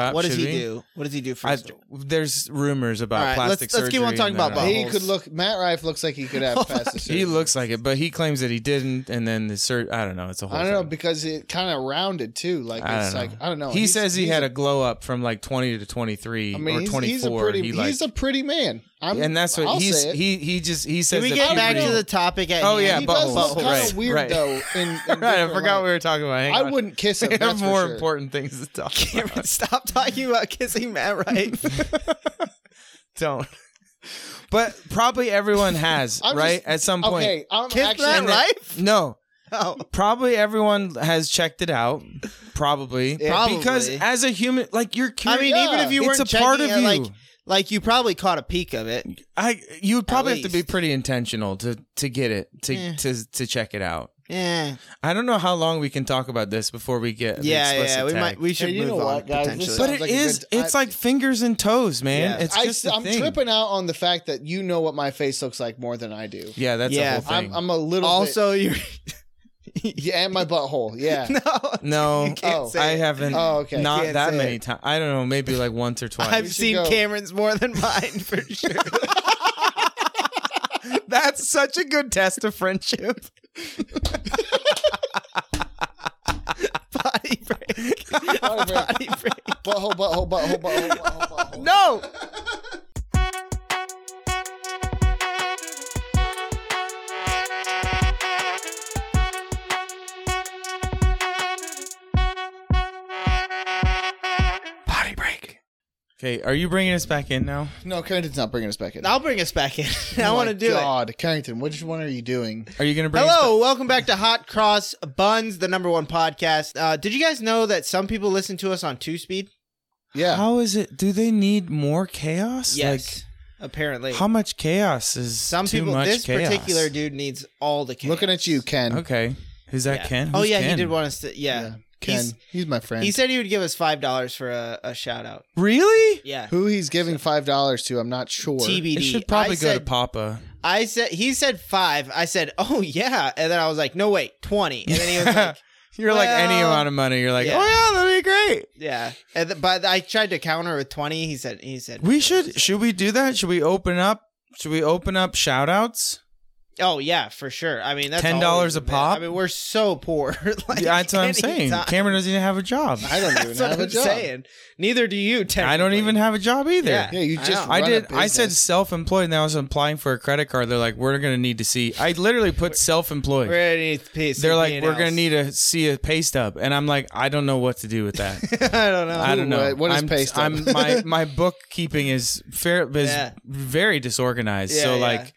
stop,
What does
should
he
we?
do? What does he do for
I,
his jaw?
there's rumors about
All right, let's-
plastic
let's keep on
surgery
talking
and
about
that.
buttholes.
He could look. Matt Rife looks like he could have plastic surgery.
He looks like it, but he claims that he didn't, and then the sur- I don't know. It's a whole.
I don't know
thing.
because it kind of rounded too. Like
I
it's
don't
like I don't know.
He
He's-
says he
he's
had a glow up from like 20 to 23
I mean,
or
he's,
24.
he's a pretty.
he like,
he's a pretty man. I'm,
and that's what
I'll
he's
say it.
he he just he says.
Can we
that
get back
puberty-
to the topic at
Oh,
hand?
yeah,
he
butt
does
hole,
look kind
right,
of weird
right.
though. In, in
right? I
different
forgot we
light.
were talking about. Hang
I
on.
wouldn't kiss him.
We have
that's for
more
sure.
important things to talk. about.
Cameron, stop talking about kissing Matt Rife.
Don't. But probably everyone has
I'm
right
just-
at some point.
Okay, I'm
Kiss
actually.
Matt
And then-
Rife?
No,
Oh,
probably everyone has checked it out. Probably.
Probably.
because as a human, like you're
I
curious.
mean, even if you
It's
weren't
a part
checking
of
it,
you.
like, like you probably caught a peek of it.
I you would probably have to be
least.
pretty intentional to to get it to
Eh.
to to check it out.
Yeah,
I don't know how long we can talk about this before we get the
yeah,
explicit
yeah. We
tag.
might. We should
Hey, you
move
know
on
what, guys?
potentially.
but
Sounds
it
like a
is.
good-
it's
I-
like fingers and toes, man.
Yeah.
It's
I,
just. the
I'm
thing.
tripping out on the fact that you know what my face looks like more than I do.
Yeah, that's
Yeah.
the whole thing.
I'm, I'm a little.
also, you're
bit, yeah, and my butthole. Yeah.
no.
no,
You can't
Oh.
say
I
it.
haven't.
Oh, okay.
Not
Can't
that
say
many
it.
times. I don't know. Maybe like once or twice.
I've
should
seen
go.
Cameron's more than mine for sure.
That's such a good test of friendship.
Body break.
Body break.
Body break.
butthole, butthole, butthole, butthole, butthole, butthole.
No. Body break. Okay, are you bringing us back in now?
No, Carrington's not bringing us back in.
I'll bring us back in. I
Oh
want
my
to do it.
God, Carrington, which one are you doing?
Are you gonna bring? Us
Hello, welcome back to Hot Cross Buns, the number one podcast. Uh, did you guys know that some people listen to us on two speed?
back?
Yeah.
How is it? Do they need more chaos?
apparently.
Like, how much chaos is
some
too
people,
much
this
chaos?
particular dude needs all the chaos.
Looking at you, Ken.
Okay, who's that?
Yeah.
Ken?
oh
Who's
yeah, he
Ken?
did want us to. Yeah,
Yeah, Ken. He's,
He's-
my friend.
he said he would give us five dollars for a, a shout out.
Really?
Yeah,
Who he's giving five dollars to, I'm not sure.
TBD.
It should probably
I
go
said,
to Papa.
I said he said five. I said, oh yeah, and then I was like, no wait, twenty. And then he was like,
You're like any
Well,
amount of money. You're like,
yeah.
oh yeah, that'd be great.
yeah. And th- but I tried to counter with twenty. He said, he said,
We should. Should we do that? Should we open up? Should we open up shout outs?
oh yeah, for sure. I mean, that's
$10
always
a
been-
pop?
I mean, we're so poor. like,
yeah, that's what I'm saying.
anytime.
Cameron doesn't even have a job.
I don't even
That's
have
what
a
I'm
job.
saying. Neither do you.
I don't
technically.
even have a job either.
Yeah.
Yeah, you
I
just.
know.
I
run a
did. I said
business.
self-employed, and I was applying for a credit card. They're like, "We're gonna need to see." I literally put self-employed.
We're gonna need piece.
They're like, "We're gonna need to see a pay stub," and I'm like, "I don't know what to do with that.
I don't know.
I don't know.
what- what is
I'm,
pay stub?
I'm my my bookkeeping is fair is
Yeah.
very disorganized.
Yeah,
so
yeah.
like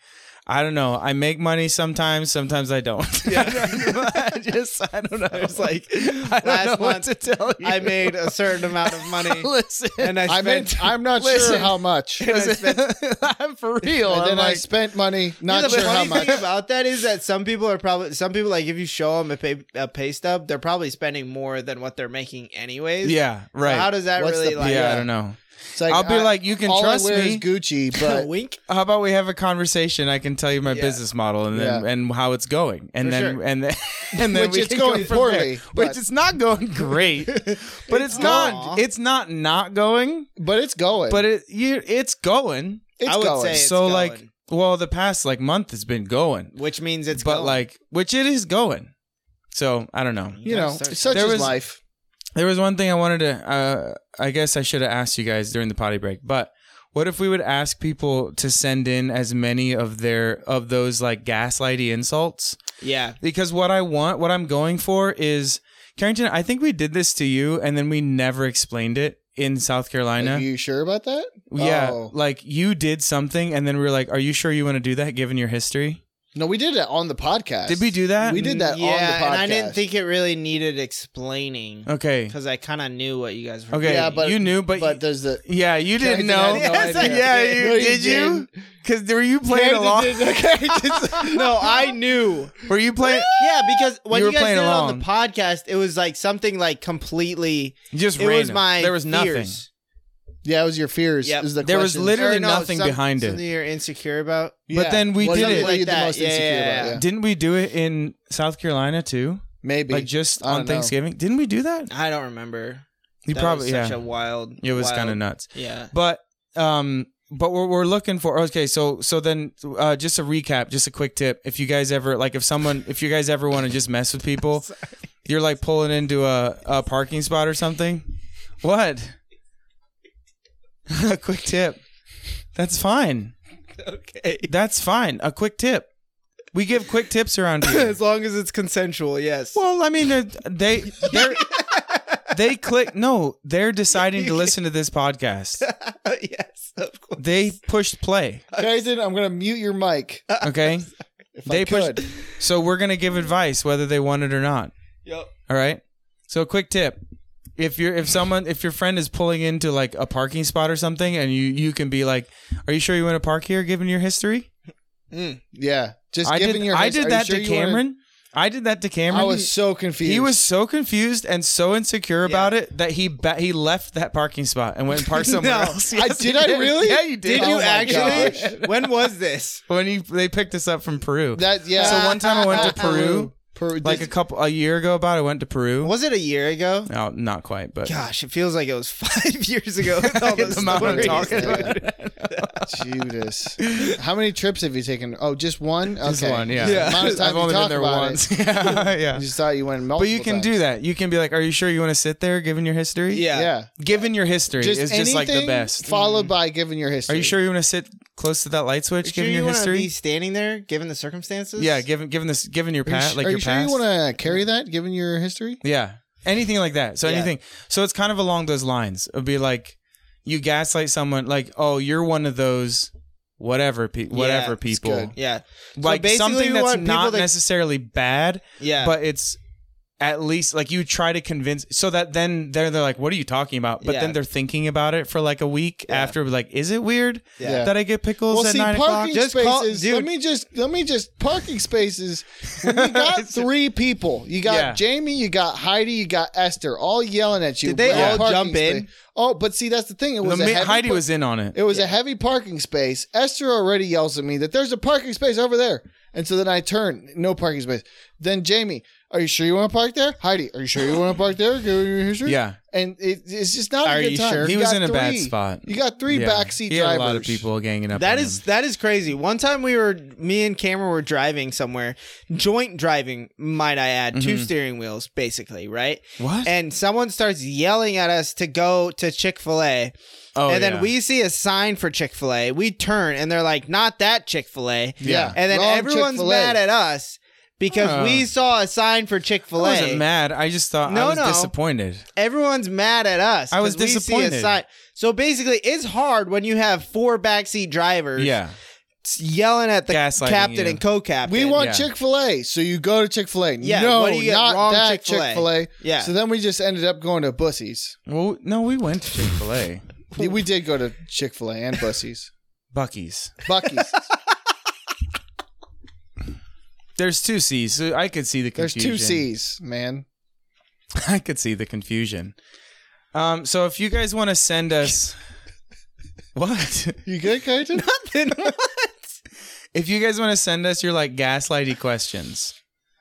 I don't know. I make money sometimes. Sometimes I don't. I just I don't know. It's like I don't
Last
know what
month,
to tell you.
I made a certain amount of money,
listen.
and I
I
spent.
meant. I'm not sure
Listen.
how much. And
I'm for real. I'm
then I
like,
spent money.
You know,
Not
the
sure how
funny
much.
thing about that is that some people are probably some people like if you show them a pay, a pay stub, they're probably spending more than what they're making anyways.
yeah,
So
right.
how does that
What's
really
the-
like?
yeah, I
yeah.
don't know.
It's like,
I'll be
I-
like, you can
all
trust
I wear
me.
is Gucci, but
wink.
how about we have a conversation? I can tell you my
Yeah.
business model and then,
Yeah.
and how it's going, and
For
then
sure.
and then and then
Which
we
it's
can
going
go from there.
poorly,
which
but-
it's not going great, but it's
Aw.
not it's not not going,
but it's going.
but it you it's going.
it's
I would
going.
say it's
So,
going.
like, Well, the past like month has been going,
which means it's
but
going.
like which it is going. So I don't know.
You
gotta
know,
start-
such
There
is
was-
life.
There was one thing I wanted to. Uh, I guess I should have asked you guys during the potty break, but what if we would ask people to send in as many of their of those like gaslighty insults?
yeah,
because what I want, what I'm going for is Carrington. I think we did this to you, and then we never explained it in South
Are
Carolina.
you sure about that?
yeah,
Oh.
like you did something, and then we were like, "Are you sure you want to do that?" Given your history,
No, we did it on the podcast.
did we do that?
We did that on the
yeah, and I
podcast.
didn't think it really needed explaining
Okay,
because I kind of knew what you guys were.
Oh. okay.
Yeah, but-
you knew, but,
But does the
yeah, you
Carrington
didn't know.
had no Yes, I idea.
yeah,
did.
you
No, you
did you? Because were you playing
Carrington
along?
did- okay, just-
no, I knew.
Were you playing?
Yeah, because when
You
you,
were
guys
playing
did it on
along.
the podcast, it was like something like completely.
Just
It was
random.
my.
There was nothing.
fears.
yeah, it was your fears.
Yep.
Is the
There was
question.
literally-
Or no,
nothing
some-
behind it.
Something you're insecure about.
Yeah.
But then we
What
did
are
it.
you
Like
the
that.
most
Yeah,
insecure
yeah,
about?
yeah.
Didn't we do it in South Carolina too?
Maybe.
Like just
I don't
on
know.
Thanksgiving? Didn't we do that?
I don't remember.
You
That
probably
was
yeah.
such a wild.
It was
wild-
kind of nuts.
Yeah.
But um but what we're looking for okay so so then uh just a recap just a quick tip if you guys ever like if someone if you guys ever want to just mess with people you're like pulling into a, a parking spot or something what a quick tip that's fine
Okay.
that's fine a quick tip we give quick tips around here
as long as it's consensual, yes.
well i mean uh, they they're they click no they're deciding to listen to this podcast
yes, of course.
they pushed play
Carrington, I'm gonna mute your mic.
okay
If I
Uh, They pushed-
could.
So we're gonna give advice whether they want it or not.
Yep.
All right. So a quick tip: if you're if someone if your friend is pulling into like a parking spot or something, and you you can be like, "Are you sure you want to park here?" Given your history,
Yeah, just
I
giving
did
your.
I
his- are
did
you
that
sure
to
you wanna-
Cameron. I did that to Cameron.
I was so confused.
he was so confused and so insecure about it that he ba- he left that parking spot and went and parked somewhere
No.
else.
I-
Yes, he
did I really?
Yeah, you did.
Did
Oh
you
my
actually? when was this?
When he they picked us up from Peru,
That yeah.
So one time I went to Peru,
Peru
like a couple a year ago, about I went to Peru.
Was it a year ago?
No, not quite, but
Gosh, it feels like it was five years ago. With all
The
those
amount I'm
stories.
talking
about. Judas. How many trips have you taken? Oh, just one. Okay.
Just one, yeah.
The amount of time
I've
you
only been
talk
there
about
once.
It,
yeah,
you
yeah.
just thought you went multiple.
But you can do
times.
that. You can be like, "Are you sure you want to sit there?" Given your history,
Yeah.
Yeah.
Given your history
Just
is just like the
anything
best. Mm-hmm.
Followed by giving your
Are
history.
you sure you want to sit close to that light switch?
You sure
given
you
your
want to
history,
be standing there, given the circumstances?
yeah. Given given this given your
Are you,
past,
sh-
like
are
your
you sure
past,
you want to carry that given your history?
yeah. Anything like that. So
Yeah.
anything. So it's kind of along those lines. It'd be like you gaslight someone, like, "Oh, you're one of those." Whatever, pe- whatever
it's
people,
good.
yeah, So
like
basically
something
we
that's
want people
not
to-
necessarily bad,
yeah.
but it's at least like you try to convince so that then they're they're like what are you talking about but
Yeah.
then they're thinking about it for like a week
Yeah.
after like is it weird
Yeah.
that i get pickles
Well,
at
see,
nine o'clock
parking
Just
spaces.
call-
let
dude.
me just let me just parking spaces. When you got three people. You got
Yeah.
Jamie, you got Heidi, you got Esther, all yelling at you.
Did they
about
all
parking
jump in?
space. Oh, but see, that's the thing. It
The
was a
mi-
heavy
heidi
par-
was in on it
It was a heavy parking space. Esther already yells at me that there's a parking space over there, and so then I turn, no parking space. Then Jamie, are you sure you want to park there? Heidi, are you sure you want to park there? Give me your history.
yeah
and it, it's just not.
Are
a good
you
time.
sure?
he
You
was
got
in a bad
three.
spot
You got three
Yeah.
backseat
he
drivers.
had a lot of people ganging up
That
on
is
him.
that is crazy. One time we were me and Cameron were driving somewhere, joint driving, might I add, two
Mhm.
steering wheels basically, right?
what
And someone starts yelling at us to go to Chick Fil A,
oh
and then
yeah.
we see a sign for Chick Fil A. We turn, and they're like, "Not that Chick Fil A!"
yeah,
And then
Wrong
everyone's
Chick-fil-A.
mad at us because
Huh.
we saw a sign for Chick
I
Fil
wasn't
A.
mad. I just thought I
No,
was
no.
disappointed.
Everyone's mad at us.
I was
'cause we see a
disappointed.
sign. So basically, it's hard when you have four backseat drivers
Yeah,
yelling at the
Gaslighting
captain
you.
and co-captain.
We want
Yeah.
Chick Fil A, so you go to Chick Fil A.
Yeah,
no,
what do you get?
not
Wrong
that Chick
Chick-fil-A.
Fil A.
Yeah.
So then we just ended up going to Bussies.
well, no, we went to Chick Fil A,
We did go to Chick Fil A and Bussies,
Bucky's.
Bucky's.
There's two C's, so I could see the
There's
confusion.
two C's, man.
I could see the confusion. Um, so if you guys want to send us what?
You good, Cajun?
Nothing.
If you guys want to send us your like gaslighty questions,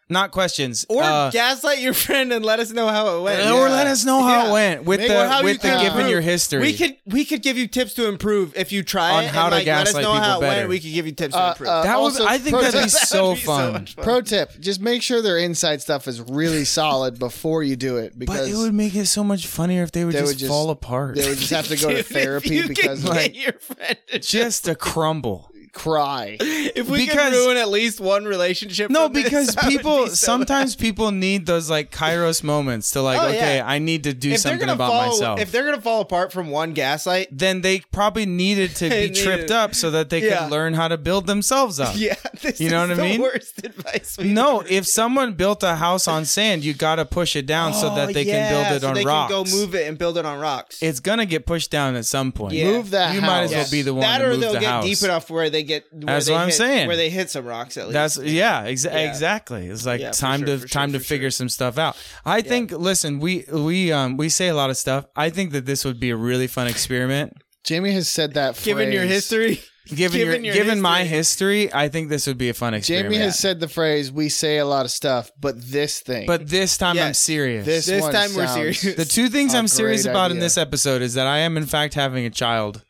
not questions.
Or
Uh,
gaslight your friend and let us know how it went.
or let us know how
Yeah.
it went with
Make- or
the
how you
with the
can
given
improve.
your history.
We could we could give you tips to improve if you try
On
it,
how
and,
to
like, let us
gaslight
know
people
how it
better.
went. We could give you tips
Uh,
to improve.
uh,
that was
Also,
I think that'd be
protest-
so
That'd be so
fun.
much fun.
Pro tip: just make sure their inside stuff is really solid before you do it,
but
because
it would make it so much funnier if they would,
They
just,
would just-
fall apart.
they would just have to go
Dude,
to
if
therapy
you could
because of
get your friend to
just to crumble.
cry.
if we
Because-
could ruin at least one relationship.
No,
from this,
because
that would be
people
so
sometimes people need those like Kairos moments to like,
Oh, yeah.
okay, I need to do
if they're
something
gonna
about
fall,
myself.
if they're gonna fall apart from one gaslight,
then they probably needed to
They
be tripped
needed-
up so that they
Yeah.
could learn how to build themselves up.
yeah, this
You know
is
what I
the
mean?
Worst advice. We
No,
ever-
if someone built a house on sand, you gotta push it down so
Oh,
that they
yeah,
can build it
so
on
they
rocks.
Can go move it and build it on rocks.
It's gonna get pushed down at some point.
Yeah.
Move that
You might as
house.
well be the one
that
to
or
move
they'll
the
get
house.
deep enough where they get. Where
That's
they
what I'm
hit-
saying.
Where they hit some rocks at least.
That's yeah, exa- exactly. It's like
Yeah, for
time
sure,
to
for sure,
time to
for
figure
sure.
some stuff out. I think listen, we we um we say a lot of stuff. I think that this would be a really fun experiment.
Jamie has said that.
given your
phrase-
history.
Given,
Given
your,
your
given
history.
my history, I think this would be a fun experiment.
Jamie has said the phrase, "We say a lot of stuff, but this thing."
but this time I'm
Yes.
serious.
this,
This
one
time we're
sounds-
serious.
the two things
a
I'm serious
great
about in
idea.
this episode is that I am in fact having a child,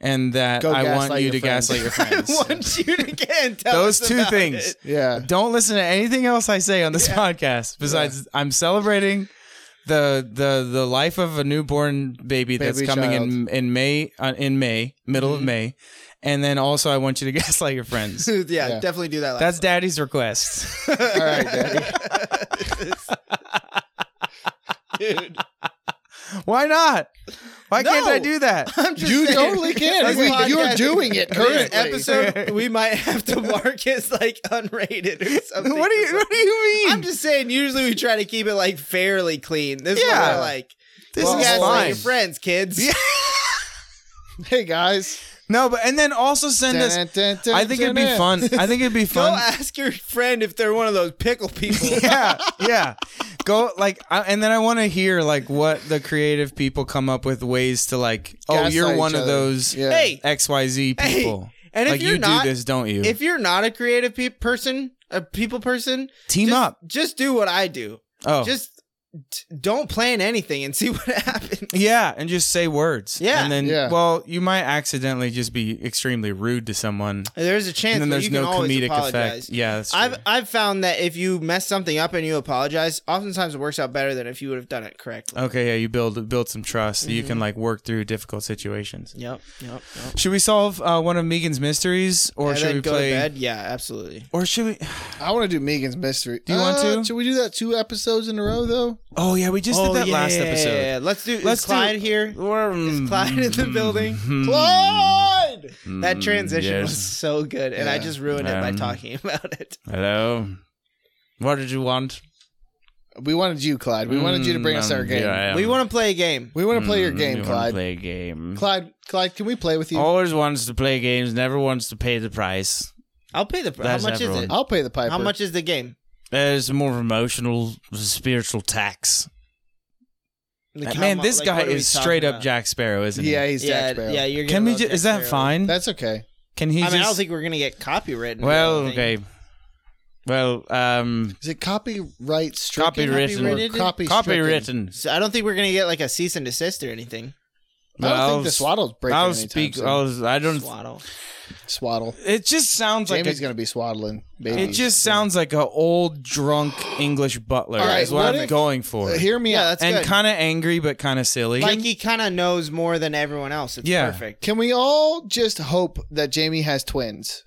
and that
Go
I want
gaslight
you
your
to
friends.
gaslight your
I
friends.
want you to get and tell
Those
us
two
about
things.
it.
Yeah.
Don't listen to anything else I say on this podcast. Besides, I'm celebrating the the the life of a newborn baby, that's
Baby
coming in
child. Mm-hmm.
in May uh, in May middle of May, and then also I want you to gaslight your friends.
Dude, yeah,
Yeah.
definitely do that. last
That's Daddy's request.
All right, Daddy.
one. dude.
Why not? Why can't
No.
I do that?
You totally can.
This
We-
podcast-
you're doing it
This
currently.
episode, we might have to mark as like unrated or something.
what do you What do you mean?
I'm just saying. Usually, we try to keep it like fairly clean. This
Yeah.
is we're like
this
Well,
you
is
guys
gaslight
fine.
like your friends, kids.
Yeah.
Hey guys.
No, but and then also send us.
Dun, dun, dun,
I think it'd be
dun,
fun. I think it'd be
Go
fun.
ask your friend if they're one of those pickle people.
yeah, yeah. Go like, I, and then I want to hear like what the creative people come up with ways to like. Oh,
Gaslight
you're
each
one of
other.
those
Yeah.
Hey,
X Y Z
Hey,
people.
and if
like
you're
you
not-
do this, don't you?
if you're not a creative pe- person, a people person,
Team
just,
up.
Just do what I do.
Oh,
Just t- don't plan anything and see what happens.
yeah, and just say words.
Yeah.
and then
Yeah.
well, you might accidentally just be extremely rude to someone,
There's a chance,
and then
but
there's
you can
no
always
comedic
apologize.
effect. Yeah, that's true.
I've I've found that if you mess something up and you apologize, oftentimes it works out better than if you would have done it correctly.
okay, yeah, you build build some trust. so You
Mm-hmm.
can like work through difficult situations.
Yep, yep, yep.
Should we solve uh, one of Megan's mysteries, or
and
should
then
we
go
play?
to bed. Yeah, absolutely.
Or should we?
I want to do Megan's mystery. Do
you want to?
Should we do that two episodes in a row though?
Oh yeah, we just did that
yeah,
last
yeah, yeah,
episode. Mm-hmm.
yeah. Let's do.
Let's
is Clyde
do-
here.
Is
Is Clyde in the building?
Clyde.
That transition
Mm-hmm. Mm, yes.
was so good, and I
Yeah.
just ruined it by
Um,
talking about it.
Hello. What did you want?
We wanted you, Clyde. We wanted you to bring us
Mm,
our game.
We want to play a game.
We want to play your game, Clyde.
Play a game. Oh.
Clyde, Clyde, can we play with you?
Always wants to play games. Never wants to pay the price.
I'll pay the. pr- How
That's
much is
everyone.
it?
I'll pay the piper.
How much is the game?
There's more of emotional, spiritual tax. Uh,
Like, how
Man,
mu-
this
like,
guy
what are we
is
talking
straight up
about?
Jack Sparrow, isn't he?
Yeah, he's
yeah,
Jack Sparrow.
yeah. You're
Can
getting a
we?
little
Ju- is
Jack
that
Sparrow.
fine?
That's okay.
Can he?
I mean, I
just-
don't think we're gonna get copyrighted.
Well,
I think.
okay. Well, um,
Is it copyright stricken?
Copywritten.
Or copy stricken?
copywritten.
So I don't think we're gonna get like a cease and desist or anything.
I don't
Well,
think the swaddle's breaking
I'll
anytime
speak.
soon.
I'll, I don't.
Swaddle.
Swaddle.
It just sounds like
Jamie's
a
gonna be swaddling babies.
It just sounds like an old drunk English butler.
All right,
is what,
what
I'm
if-
going for.
Uh, hear me
Yeah,
out.
that's
and
good.
kind of angry, but kind of silly.
like he kind of knows more than everyone else. It's
Yeah.
perfect.
Can we all just hope that Jamie has twins?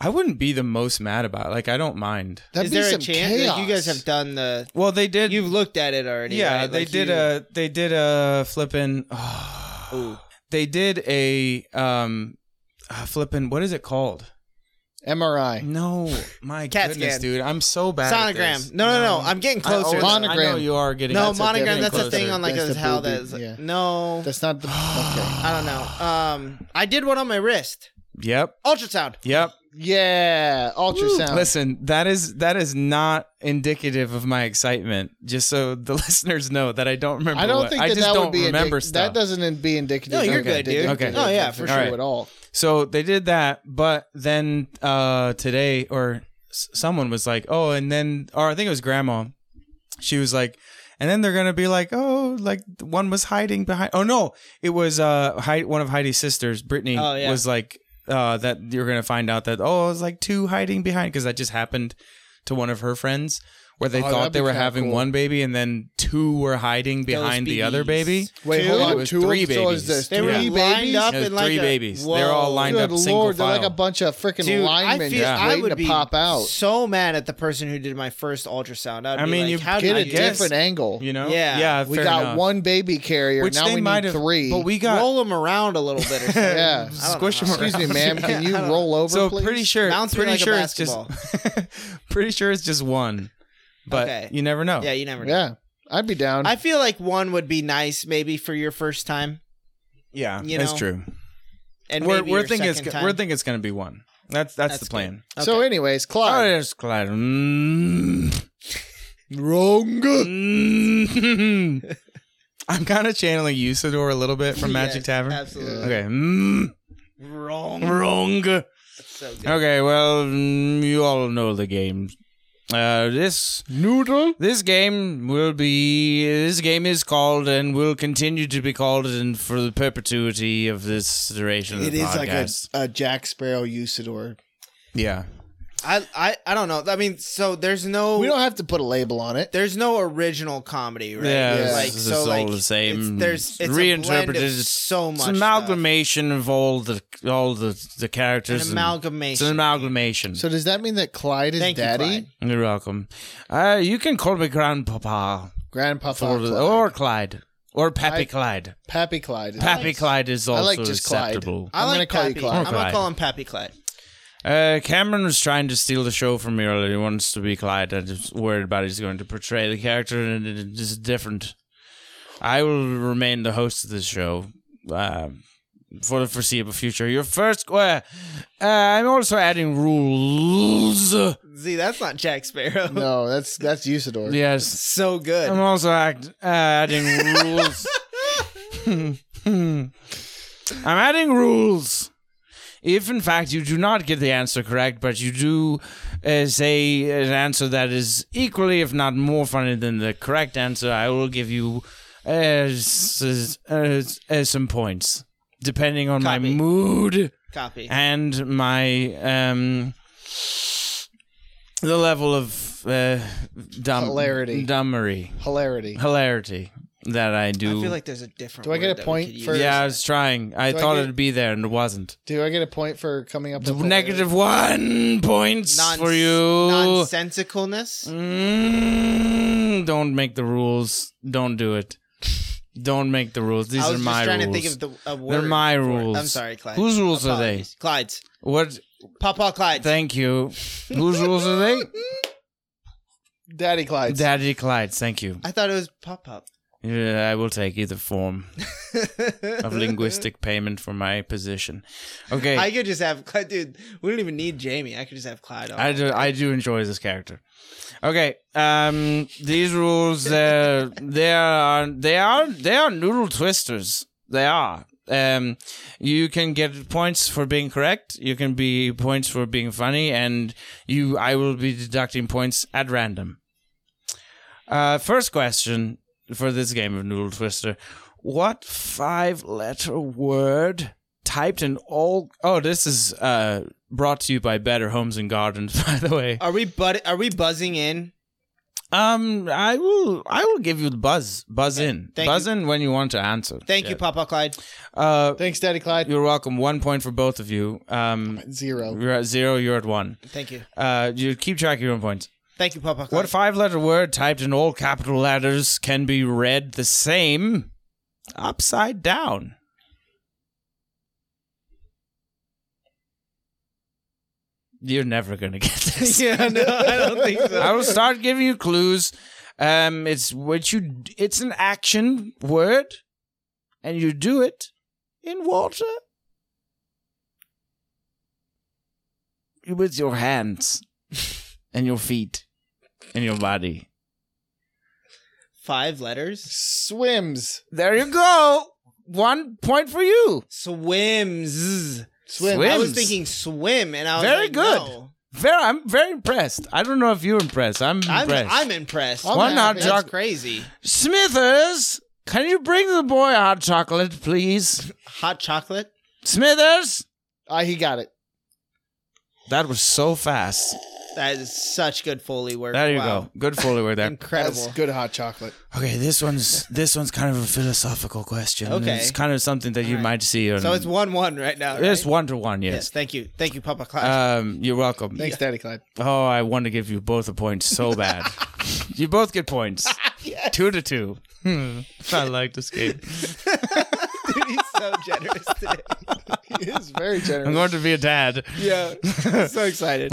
I wouldn't be the most mad about. It. Like I don't mind.
That'd
is
be
there a
some
chance?
chaos.
Like you guys have done the.
Well, they did.
You've looked at it already.
yeah,
right?
they
Like,
did
you-
a. They did a flippin'. oh,
Ooh.
they did a um, uh, flippin'. What is it called?
Mm.
MRI.
No, my
Cat
goodness,
scan.
dude, I'm so bad. at this.
sonogram. No, no, no, I'm getting
I- oh,
closer.
Mono-
I know you are getting
no,
That's a
monogram.
different
That's a
closer.
thing on like
That's
a
the
how
booby,
that's
yeah.
no.
That's not the. Okay.
I don't know. Um, I did one on my wrist.
Yep.
Ultrasound.
Yep.
Yeah, ultrasound.
Listen, that is that is not indicative of my excitement. Just so the listeners know that I don't remember.
I don't
what-
think
I
that,
just
that
don't
would be
remember
indic-
stuff.
That doesn't in- be indicative.
No, you're
of-
good, dude.
Okay.
of-
Oh, yeah, for
of
sure.
at all.
so they did that, but then uh today or s- someone was like, "Oh," and then, or I think it was Grandma. She was like, and then they're gonna be like, "Oh, like one was hiding behind." Oh no, it was uh, Hei- one of Heidi's sisters, Brittany,
Oh, yeah.
was like, uh, "That you're gonna find out that oh, it was like two hiding behind because that just happened to one of her friends." Where they
Oh, that'd
thought they
be
were
kinda
having
cool.
one baby and then two were hiding
Those
behind the other baby.
babies.
Wait,
Two?
hold on.
It was
Two
three
of- so is
babies.
this
They
three
were
babies?
lined up
It was
in like
three
a-
babies. They're all
Whoa.
lined
Good
up single
lord, they're
file.
like a bunch of freaking
Dude,
linemen
I feel
just
Yeah.
I
waiting
would
to
be
pop out.
so mad at the person who did my first ultrasound. I'd
I
be
mean,
like,
you
how
Get
did
a
I do this?
different angle.
you know?
Yeah.
yeah.
we
fair
got
enough.
one baby carrier.
which
now
they
we
might
need
have,
three.
but we got
roll them around a little bit or something.
yeah.
I don't
Squish
know.
'em around.
Excuse me, ma'am. Can you
I don't-
roll over?
So
please?
pretty sure,
Bounce me
pretty
like a
sure it's just, pretty sure it's just one, but
Okay.
you never know.
Yeah, you never know.
Yeah, I'd be down.
I feel like one would be nice maybe for your first time.
yeah,
You
that's
know,
true.
And
We're,
maybe
we're
your
thinking it's
second time.
we're thinking it's gonna be one. That's that's, the
That's
plan.
Okay.
So, anyways,
Oh,
Clyde.
there's Clyde. Mm.
Wrong.
Mm. I'm kind of channeling Usador a little bit from Magic
Yes,
Tavern.
Absolutely.
Yeah.
Okay. Mm.
Wrong.
Wrong.
So good.
Okay, well, mm, you all know the game. Uh, this
Noodle.
This game will be. This game is called and will continue to be called and for the perpetuity of this duration of
It
the
is like a,
podcast.
a Jack Sparrow Usador.
yeah.
I, I I don't know. I mean, so there's no
We don't have to put a label on it.
there's no original comedy, right?
Yeah,
it's-
like
it's
so
all
like
the same.
It's, there's it's
Reinterpreted,
reinterpreted
it's
so much
It's
stuff.
an amalgamation of all the all the the
An
characters. and- It's an
amalgamation.
amalgamation.
So does that mean that Clyde is
Thank you,
daddy?
Clyde.
You're welcome. Uh, you can call me Grandpapa
Grandpapa
for
Clyde.
or Clyde or Pappy
I-
Clyde.
Pappy Clyde.
Pappy Clyde is
I
also
like just Clyde.
acceptable.
I
I'm
like
gonna call you
Pappy.
Clyde.
I'm gonna
Clyde.
call him Pappy Clyde.
Uh, Cameron was trying to steal the show from me earlier. He wants to be Clyde. I'm just worried about he's going to portray the character and it it is different. I will remain the host of this show uh, for the foreseeable future. Your first. Uh, uh, I'm also adding rules.
See, that's not Jack Sparrow.
No, that's that's Usador.
Yes.
So good.
I'm also act, uh, adding rules. I'm adding rules. If in fact you do not get the answer correct, but you do uh, say an answer that is equally, if not more funny than the correct answer, I will give you uh, s- s- uh, s- uh, some points, depending on my
Copy.
mood
Copy.
and my um the level of uh, dumb
Hilarity.
dumbery
Hilarity.
hilarity that I
I
do.
feel like there's a different.
Do I get
word
a
that we
point
could
for-
use.
yeah, I was trying. I
Do I
thought
get-
it'd be there and it wasn't.
Do I get a point for coming up with hilarity?
Negative one points
Nons-
for you.
Nonsensicalness.
Mm, don't make the rules. Don't do it. Don't make the rules. These
I
are
was
my
just trying
rules.
to think of the a word.
my
for it.
rules.
I'm sorry, Clyde.
Whose rules are they?
Apologies. Clyde's.
what?
Papa Clyde.
Thank you. Whose rules are they?
Daddy Clyde.
Daddy Clyde. Thank you.
I thought it was Pop Pop.
Yeah, I will take either form of linguistic payment for my position. Okay,
I
I,
could just have Clyde, dude. We don't even need Jamie. I could just have Clyde. On.
do. I do enjoy this character. Okay, um, these rules, uh, they are they are they are noodle twisters. They are. Um, you can get points for being correct. You can be points for being funny, and you. I will be deducting points at random. Uh, first question for this game of Noodle Twister: What five-letter word typed in all? Oh, this is uh, brought to you by Better Homes and Gardens, by the way.
Are we but Are we buzzing in?
Um, I will, I will give you the buzz, buzz in,
thank
buzz in when you want to answer.
Thank you,
Yeah.
Papa Clyde.
Uh,
Thanks, Daddy Clyde.
you're welcome. One point for both of you. Um,
Zero.
you're at zero. You're at one.
Thank you.
Uh, you keep track of your own points.
Thank you, Papa Clyde.
What five letter word typed in all capital letters can be read the same upside down? You're never going to get this.
yeah, no, I don't think so.
I will start giving you clues. Um, it's what you. It's an action word, and you do it in water with your hands and your feet and your body.
Five letters.
Swims.
There you go. One point for you.
Swims.
Swims.
I
Swims.
was thinking swim, and I was
Very
like,
good.
no.
Very, I'm very impressed. I don't know if you're impressed. I'm
I'm
impressed.
I'm impressed.
I'm
Why not
happy.
That's
Jock-
crazy.
Smithers, can you bring the boy a hot chocolate, please?
Hot chocolate.
Smithers,
Ah, he got it.
that was so fast.
That is such good foley work.
There you
Wow.
go. Good foley work there.
That's
Incredible.
good hot chocolate.
Okay, this one's this one's kind of a philosophical question.
Okay.
it's kind of something that you
All right.
might see. On,
So it's one one right now. right?
it's one to one.
Yes.
Yes.
Thank you. Thank you, Papa Clash.
Um, you're welcome.
Thanks, Daddy Clyde.
Oh, I want to give you both a point so bad. you both get points. Two to two. Hmm. I like this game.
Dude, he's so generous today.
He is very generous.
I'm going to be a dad.
Yeah. so excited.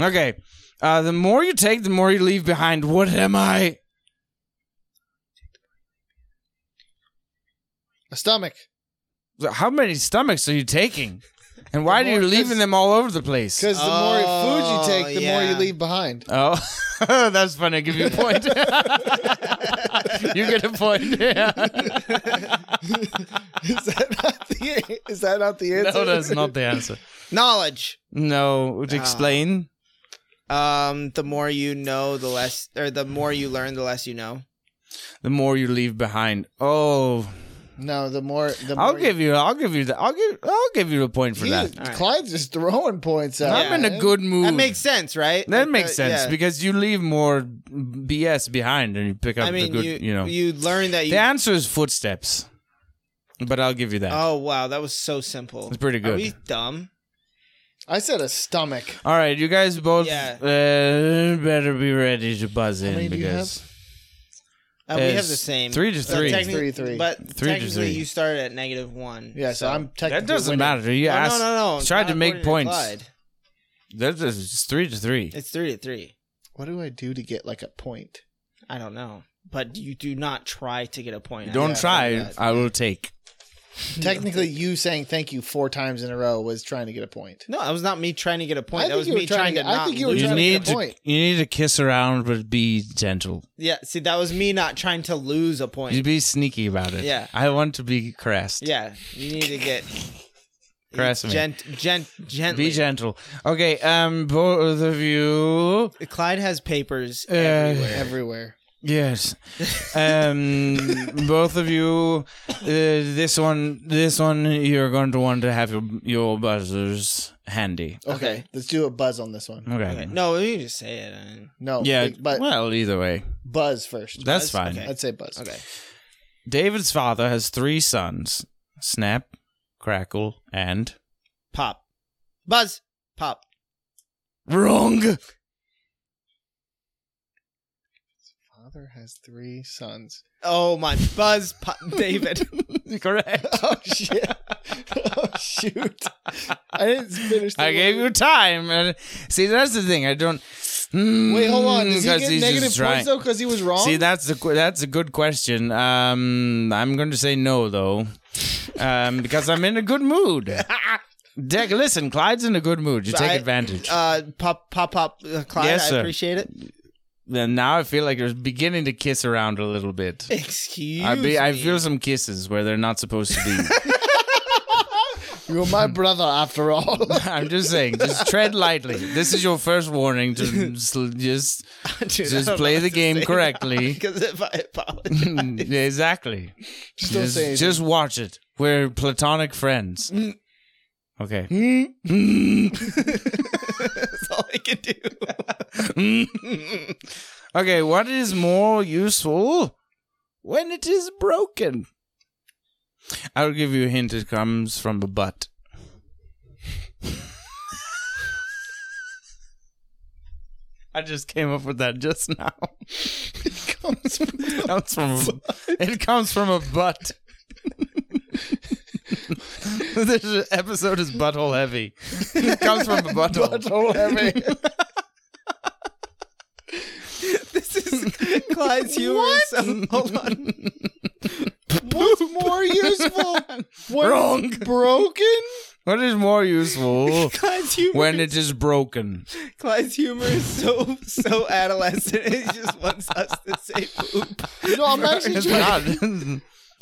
Okay. Uh, the more you take, the more you leave behind. What am I?
A stomach.
How many stomachs are you taking? And why are
more-
you leaving them all over the place?
Because the more
Oh,
food you take, the more
yeah.
you leave behind.
Oh, that's funny. I give you a point. you get a point. Yeah.
is that not the is that not the answer?
No, that's not the answer.
Knowledge.
No,
Ah.
to explain.
Um, the more you know, the less, or the more you learn, the less you know.
The more you leave behind. Oh,
No, the more the more
I'll give you. I'll give you that. I'll give. I'll give you a point for
He-
that.
All right.
Clyde's just throwing points out.
I'm in a
man.
good mood.
That makes sense, right?
That
Like,
makes
uh,
sense
yeah.
because you leave more BS behind and you pick up
I mean,
the good,
you,
you, know.
you learn that you.
the answer is footsteps, but I'll give you that.
Oh wow, that was so simple.
It's pretty
Are
good.
we dumb?
I said a stomach.
All right, you guys both
Yeah.
uh, better be ready to buzz in
many do you
because
Uh, we have
It's
the same
three to
So
three.
techni-
Three, three.
But
to
technically,
three.
you started at negative one.
Yeah, so, I'm technically
that doesn't
winning.
matter. You
No,
asked.
no, no, no.
tried
not
to make
according
points.
Clyde.
That's it's three to three.
It's three to three.
What do I do to get like a point?
I don't know, but you do not try to get a point.
Don't
yeah,
try.
that.
I will take.
Technically, you saying thank you four times in a row was trying to get a point.
No, that was not me trying to get a
I
point. That
think
was
you were
me
trying
trying
to-
to
I
not.
think you were
lose.
You
trying to get
need
a
to.
point.
You need to kiss around, but be gentle.
Yeah, see, that was me not trying to lose a point.
You be sneaky about it.
Yeah.
I want to be caressed.
yeah, you need to get
Caress me.
gent, gent, gently.
Be gentle. Okay, um, both of you.
Clyde has papers
Uh,
everywhere.
Everywhere.
Yes. Um, both of you. Uh, this one, this one, you're going to want to have your your buzzers handy.
Okay,
Okay.
let's do a buzz on this one.
Okay.
Okay, No, you just say it. and-
No,
Yeah.
big- but
well, either way,
buzz first.
that's
Buzz?
fine.
Okay.
I'd say buzz.
Okay.
David's father has three sons: Snap, Crackle, and
Pop. Buzz. Pop.
Wrong.
Father has three sons.
Oh my. Buzz. Pop. David.
Correct.
Oh shit! oh shoot! I didn't finish. the
I gave
word.
you time. And see, that's the thing. I don't.
Wait, hold on. Does he
Because
get
he's
negative
just
points
trying-
though because he was wrong?
See, that's a qu- that's a good question. Um, I'm going to say no though, um, because I'm in a good mood. Deck, listen, Clyde's in a good mood. You take
I-
advantage.
Uh. Pop. Pop. Pop. Uh, Clyde.
Yes,
I
sir.
appreciate it.
Then now I feel like you're beginning to kiss around a little bit.
Excuse
I be, I
me.
feel some kisses where they're not supposed to be.
You're my brother after all.
I'm just saying, just tread lightly. This is your first warning. to sl- just
Dude, I
just
don't
play
know
the
what to
game
say
correctly.
Because if I apologize,
exactly.
Just don't
just,
say anything.
just watch it. We're platonic friends.
Mm.
Okay.
that's all I can do.
Okay, what is more useful when it is broken? I'll give you a hint. It comes from the butt. I just came up with that just now. it comes from, comes from a, it comes from a butt. this episode is butthole heavy. It comes from a butthole.
Butthole heavy.
this is Clyde's humor. is So, hold on.
What's more useful? What's
Wrong.
Broken?
What is more useful
Clyde's humor.
when it is broken?
Clyde's humor is so so adolescent. He just wants us to say poop.
You know, I'm actually
It's
trying.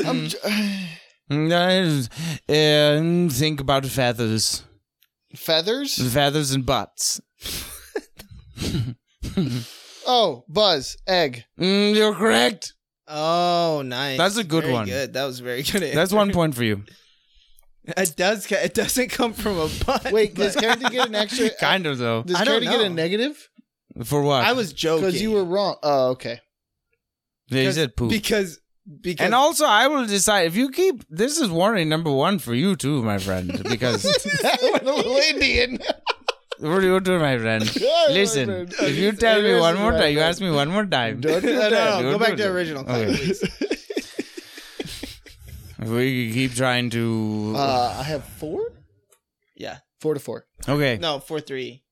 not. Mm.
I'm, tr-
and um, think about feathers,
feathers?
feathers and butts.
Oh, Buzz, egg.
Mm, you're correct.
Oh, nice.
That's a good
Very
one.
Good. That was a very good.
That's
answer.
one point for you.
It does. ca- It doesn't come from a butt.
Wait,
but-
does character get an extra?
kind of though.
Does
I don't
character get a
know.
negative?
For what?
I was joking.
Because you were wrong. Oh, okay.
They said poop.
Because because
and also, I will decide if you keep. This is warning number one for you too, my friend, because
that went a little Indian.
what are you doing, my friend?
Yeah, my
Listen,
friend.
if you tell me
Listen,
one more
my
time, you
friend.
ask me one more time.
Don't do
no,
that.
no,
Don't
go
do
back to
that.
original.
Okay.
clip, please.
We keep trying to.
Uh, I have four?
Yeah.
Four to four.
okay,
No, four three.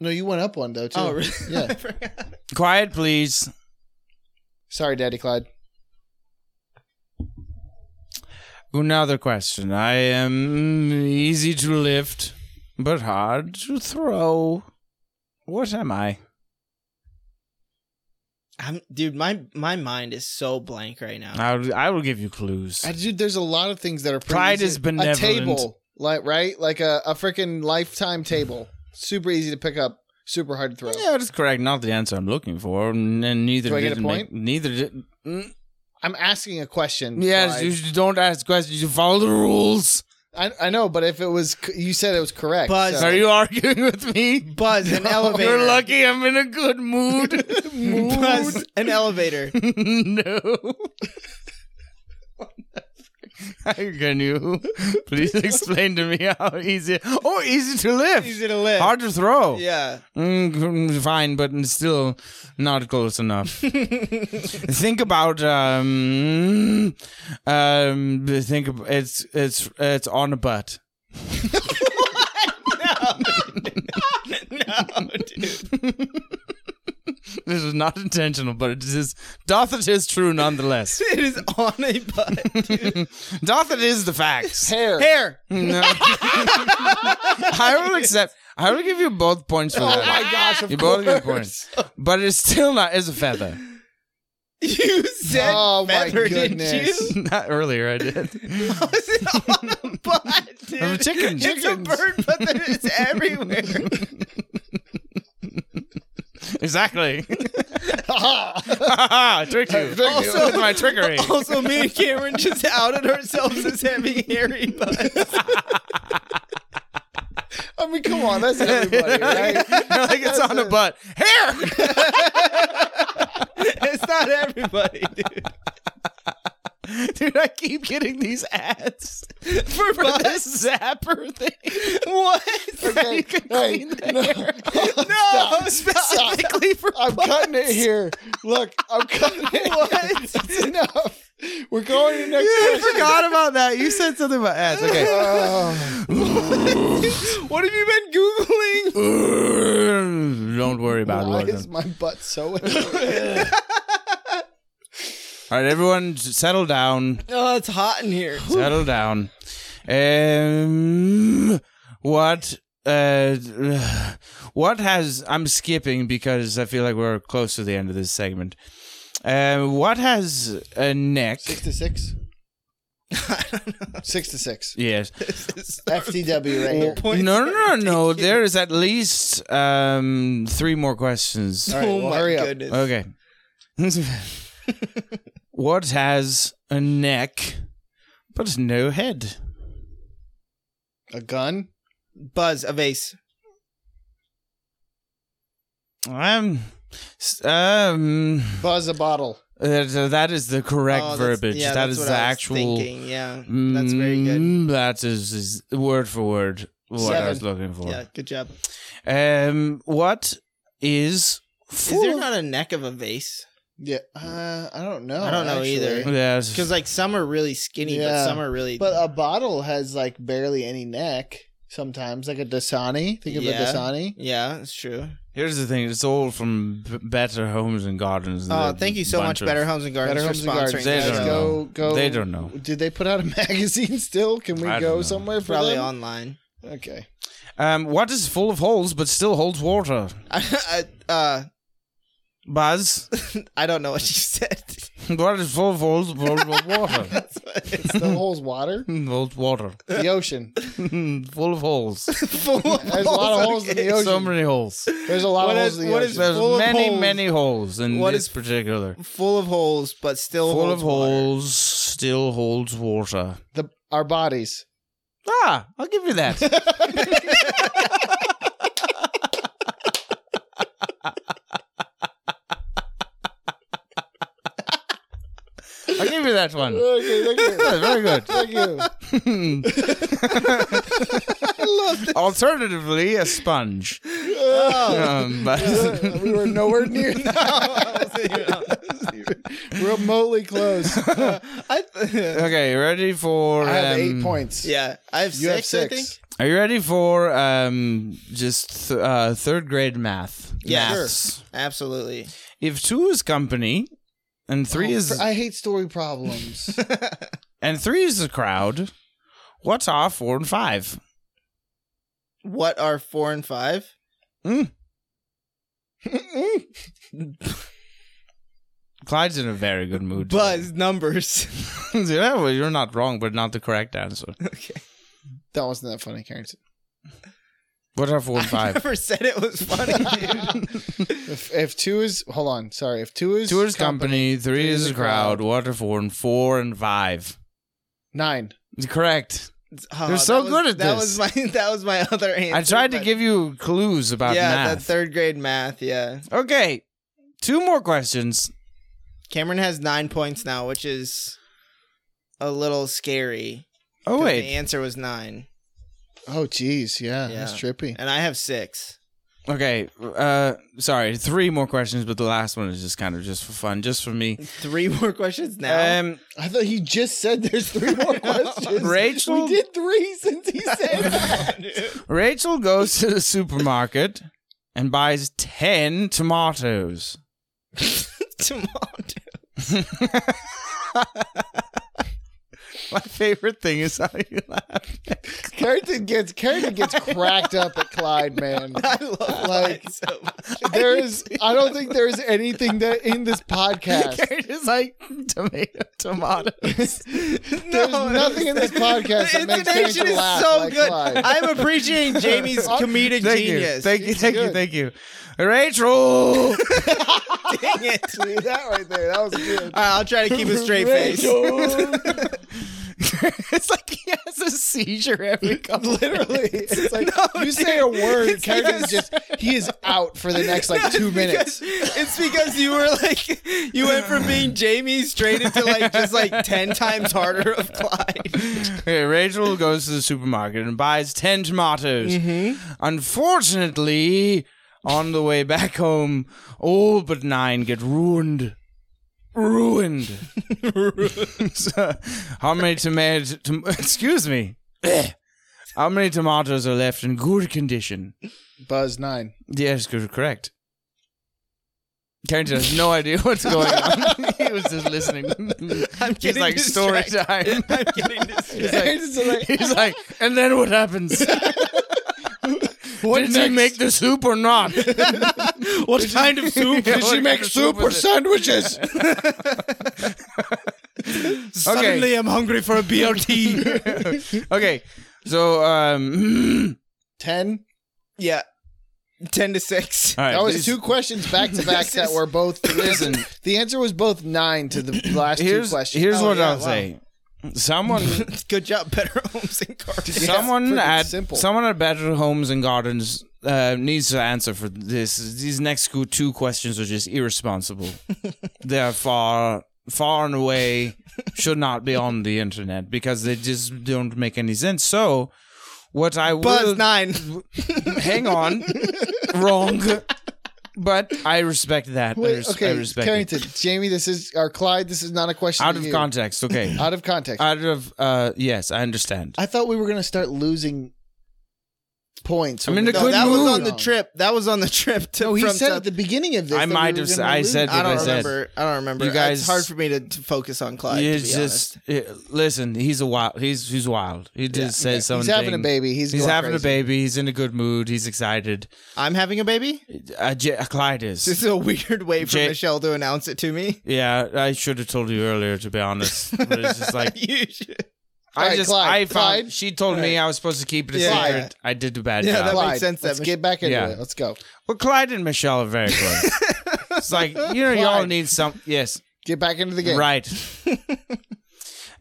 No, you went up one, though, too.
Oh, really?
Yeah.
I forgot.
quiet, please.
Sorry, Daddy Clyde.
Another question. I am easy to lift, but hard to throw. What am I?
I'm, dude, my my mind is so blank right now.
I will, I will give you clues.
Uh, dude, there's a lot of things that are pretty
Pride
easy.
is benevolent.
A table, like right, like a, a freaking lifetime table. Super easy to pick up. Super hard to throw.
Yeah, that's correct. Not the answer I'm looking for. And neither
Do I
did
get a
it
point?
Make, neither did. Mm,
I'm asking a question.
Yes,
Clyde.
you should- don't ask questions. You follow the rules.
I, I know, but if it was, c- you said it was correct.
Buzz,
Are you arguing with me?
Buzz an elevator.
You're lucky I'm in a good mood.
Buzz an elevator.
no. Can you please explain to me how easy? Oh, easy to lift,
Easy to lift.
hard to throw.
Yeah.
Mm, fine, but still not close enough. think about um, um, think ab- it's it's it's on a butt.
no, dude.
This is not intentional, but it is doth it is true nonetheless.
It is on a butt.
doth it is the facts.
hair.
Hair.
No. I will accept. I will give you both points for
Oh
that.
my gosh! Of
you
course.
both get points, but it's still not as a feather.
You said
Oh, my
feather, didn't
goodness.
you?
not earlier, I did.
How is it on a butt, "Oh dude?
Of chickens.
It's
Chickens.
a bird, but then it's everywhere.
Exactly.
Ah.
Tricked you.
Also-
with my trickery.
Also, me and Cameron just outed ourselves as having hairy butts.
I mean, come on, that's everybody, right?
like it's on a butt. Hair.
it's not everybody, dude.
Dude, I keep getting these ads
For
for
butts.
this zapper thing.
What?
Okay, hey, no.
No,
Stop,
stop.
Specifically for
I'm cutting it here. Look, I'm cutting it.
What?
That's enough. We're going to the next
I
question.
forgot about that. You said something about ads. Okay.
Oh,
What have you been
Uh,
Googling?
Don't worry about
why
it.
is my butt so? itchy?
All right, everyone, s- settle down.
Oh, it's hot in here.
Settle down. Um, what? Uh, what has? I'm skipping because I feel like we're close to the end of this segment. Um, what has uh, a neck?
Six to six. Six to six.
Yes.
FTW right here.
No,
Points
no, no,
are
no.
ridiculous.
There is at least um three more questions.
All right,
oh
well,
my
hurry up.
goodness.
Okay. what has a neck but no head?
A gun.
Buzz, a vase.
Um, s- um,
Buzz a bottle.
that, that is the correct
Oh, that's-
verbiage.
yeah,
that
that's
is
what
the
I was
actual.
Thinking. Yeah, that's very good.
Mm, That is, is word for word what I was looking for.
Yeah, good job.
Um, what is
Is there
four?
not a neck of a vase?
Yeah. Uh, I don't know.
I don't know either.
actually.
Yes.
Because like some are really skinny, but
Yeah.
some are really.
But a bottle has like barely any neck. Sometimes, like a Dasani. Think of a
Yeah.
Dasani.
yeah, that's true.
Here's the thing. It's all from B- Better Homes and Gardens.
Oh,
the
thank you so
bunch
much,
of-
Better Homes and Gardens,
Better Homes
for
and Gardens.
sponsoring.
They
us.
don't
Guys,
know.
go, go.
They don't know.
Did they put out a magazine still? Can we
I don't
go
know.
somewhere for
Probably
them?
online.
Okay.
Um, what is full of holes but still holds water?
I, I, uh,
Buzz.
I don't know what you said.
What is full of holes but holds water?
That's what
It's the hole's water,
Old water.
the ocean.
full of holes.
Full of
There's a lot of holes in the ocean.
so many holes.
There's a lot
What
of
is-
holes in the
what is
ocean.
There's
Full of
many,
holes.
many holes in
What
this
is-
particular.
full of holes, but still
Full of
holds water.
holes, still holds water.
the, our bodies.
Ah, I'll give you that. I'll give you that one.
Okay, thank you.
Very good.
Thank you.
Alternatively, a sponge. Um, but
Uh, we were nowhere near that. Remotely close.
I,
okay, ready for?
I have eight
um,
points.
yeah, I have
You
six,
have six.
I think.
Are you ready for um just th- uh, third grade math?
Yeah. Sure.
Maths.
Absolutely.
If two is company, and three
Oh,
is
I hate story problems.
and three is a crowd, what are four and five?
What are four and five?
Clyde's in a very good mood.
Buzz numbers.
yeah, well, you're not wrong, but not the correct answer.
that wasn't that funny, Carrington.
What are four and
I
five?
never said it was funny. dude.
If, if two is hold on, sorry. If two is
Two is company, three is a crowd. What are four and four and five?
nine.
Correct.
Oh,
You're so
that was-
good at
that
this.
was my that was my other answer.
I tried to
but-
give you clues about
yeah that
math.
third grade math. Yeah,
okay, two more questions.
Cameron has nine points now, which is a little scary.
Oh
'cause
wait,
the answer was nine,
Oh geez, yeah,
Yeah.
that's trippy.
and I have six.
Okay, uh, sorry, three more questions, but the last one is just kind of just for fun, just for me.
Three more questions now.
Um,
I thought he just said there's three more questions.
Rachel?
we did three since he said that.
Rachel goes to the supermarket and buys ten tomatoes.
Tomato.
My favorite thing is how you laugh.
Carrington gets Carrington gets cracked up at Clyde, man.
I love
Like-
like, so much.
There is I don't think there is anything that in this podcast.
Karen is like tomato, tomatoes.
There's nothing in this podcast that
The
makes
intonation
Carrington
is
laugh
so
like
good.
Clyde.
I'm appreciating Jamie's comedic
Thank you,
genius.
thank you,
It's
thank you,
good.
thank you, Rachel.
Dang it.
See that right there. That was good.
All right, I'll try to keep a straight face.
it's like he has a seizure every couple.
Literally, it's like
No,
you say a
dude.
word,
It's
Carrington
because-
is just he is out for the next like two minutes.
Because- it's because you were like you went from being Jamie straight into like just like ten times harder of Clyde.
Okay, Rachel goes to the supermarket and buys 10 tomatoes.
Mm-hmm.
Unfortunately, on the way back home, all but nine get ruined. Ruined. So, how many tomatoes? Tom- excuse me. how many tomatoes are left in good condition?
Buzz nine.
Yes, good, correct. Carrington has no idea what's going on. he was just listening.
I'm
He's
getting
like story
distracted.
time.
I'm getting distracted.
Carrington's like,
He's like, and then what happens?
what
Did
next?
she make the soup or not?
What kind of soup?
Yeah,
Did she
what kind
make
of
soup or
was it?
sandwiches?
Suddenly
I'm hungry for a BLT.
okay, so um,
Ten.
yeah, ten to six.
all right,
That was
this-
two questions back to back that were both. Listen, the answer was both nine to the last
Here's
two questions.
here's
Oh,
what
yeah,
I'll
wow.
say. Someone,
Good job, Better Homes and Gardens.
someone
freaking
at
simple.
someone at Better Homes and Gardens uh, needs to answer for this. These next two- two questions are just irresponsible. they are far far and away should not be on the internet because they just don't make any sense. So, what I will
Buzz nine.
hang on, wrong. But I respect that. I,
Wait,
res- I
okay,
respect it.
Carrington, Jamie, this is our Clyde. This is not a question.
Out
to
of
you.
context, okay.
Out of context.
Out of uh, yes, I understand.
I thought we were gonna start losing points.
I'm in a
No,
good
that was on
mood.
the trip. That was on the trip to
No, Oh, he
from
said
South-
at the beginning of this.
I
that we
might
were gonna
have said- I
lose.
said
I
what
don't
I said.
remember. I don't remember.
You guys-
it's hard for me to, to focus on Clyde.
You
to be honest.
just eh, listen. He's a wild. He's he's wild. He just says something.
He's having a baby. He's,
He's, having a
crazy.
baby. He's in a good mood. He's excited.
I'm having a baby.
Uh, J- Clyde
This
is.
is a weird way for
Jay-
Michelle to announce it to me.
Yeah, I should have told you earlier. To be honest, but it's just like
You should-
All
I
right,
just
Clyde.
I found
Clyde.
she told me I was supposed to keep it a
Yeah.
secret. I did the bad
Yeah,
job.
that
Clyde,
makes sense that
Let's
Mich-
get back into
Yeah.
it. Let's go.
well, Clyde and Michelle are very close. it's like you know, y'all
Clyde.
need some. Yes,
Get back into the game.
Right.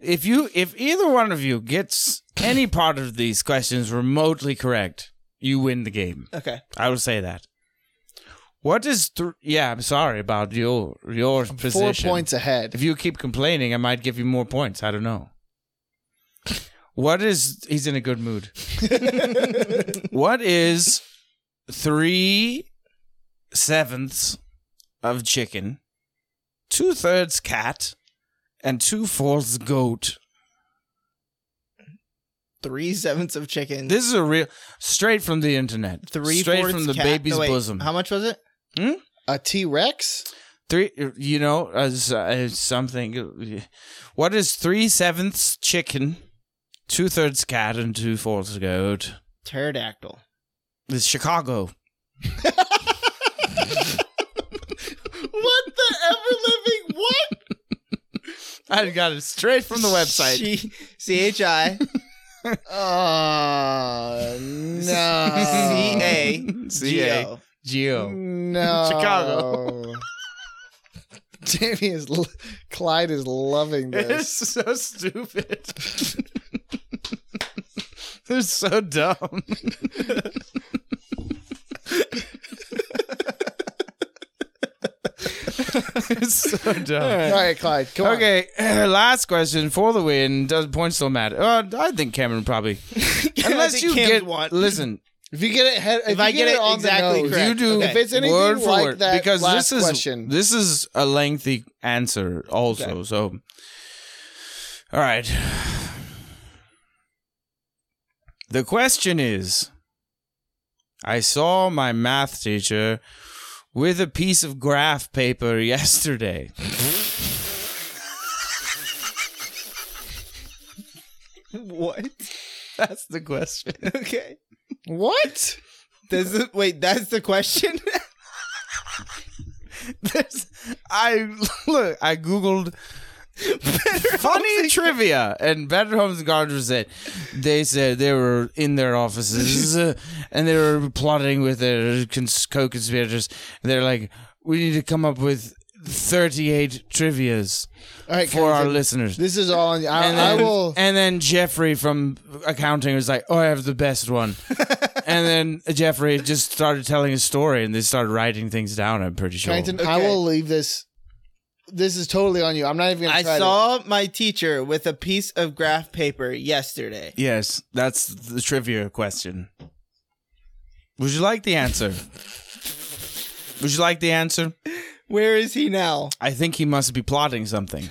if you if either one of you gets any part of these questions remotely correct, you win the game.
okay.
I will say that. What is th- yeah, I'm sorry about your your
Four
position.
points ahead.
If you keep complaining, I might give you more points. I don't know. What is he's in a good mood. what is three sevenths of chicken, two thirds cat, and two fourths goat?
Three sevenths of chicken.
This is a real straight from the internet.
three
straight
fourths
from the
cat-
baby's
no, wait,
bosom.
How much was it?
A T Rex.
Three, you know, as uh, something. What is three sevenths chicken, two thirds cat, and two fourths goat?
Pterodactyl.
It's Chicago.
What the ever living what?
I got it straight from the website.
C H I
Oh no.
C A G
C-A.
O.
Geo.
No.
Chicago.
Jamie is lo- Clyde is loving
It's
this.
so stupid. They're so dumb. it's so dumb.
All right, Clyde, come on.
Okay, last question for the win. Does points still matter? Uh, I think Cameron probably. Unless you
Cam's
get
one.
listen,
If you get it, head, if,
If I
you get,
get
it
it
on
exactly
the nose,
correct.
you do
Okay.
If it's anything
word for
like
word,
that
because
last
this is
question.
this is a lengthy answer also.
Okay.
So, all right. The question is, I saw my math teacher with a piece of graph paper yesterday.
What?
That's the question.
Okay.
what?
Does it, wait, that's the question?
There's, I look. I googled funny trivia, and Better Homes and Gardens said they said they were in their offices uh, and they were plotting with their cons- co-conspirators. They're like, we need to come up with thirty-eight trivias
All right,
for our
Clayton,
listeners.
This is all. On, you. I,
And
I
then,
will.
and then Jeffrey from accounting was like, "Oh, I have the best one." and then Jeffrey just started telling a story, and they started writing things down. I'm pretty sure.
Clayton, I
Okay.
will leave this. This is totally on you. I'm not even. Gonna
I
try
saw my teacher with a piece of graph paper yesterday.
Yes, that's the trivia question. Would you like the answer? Would you like the answer?
Where is he now?
I think he must be plotting something.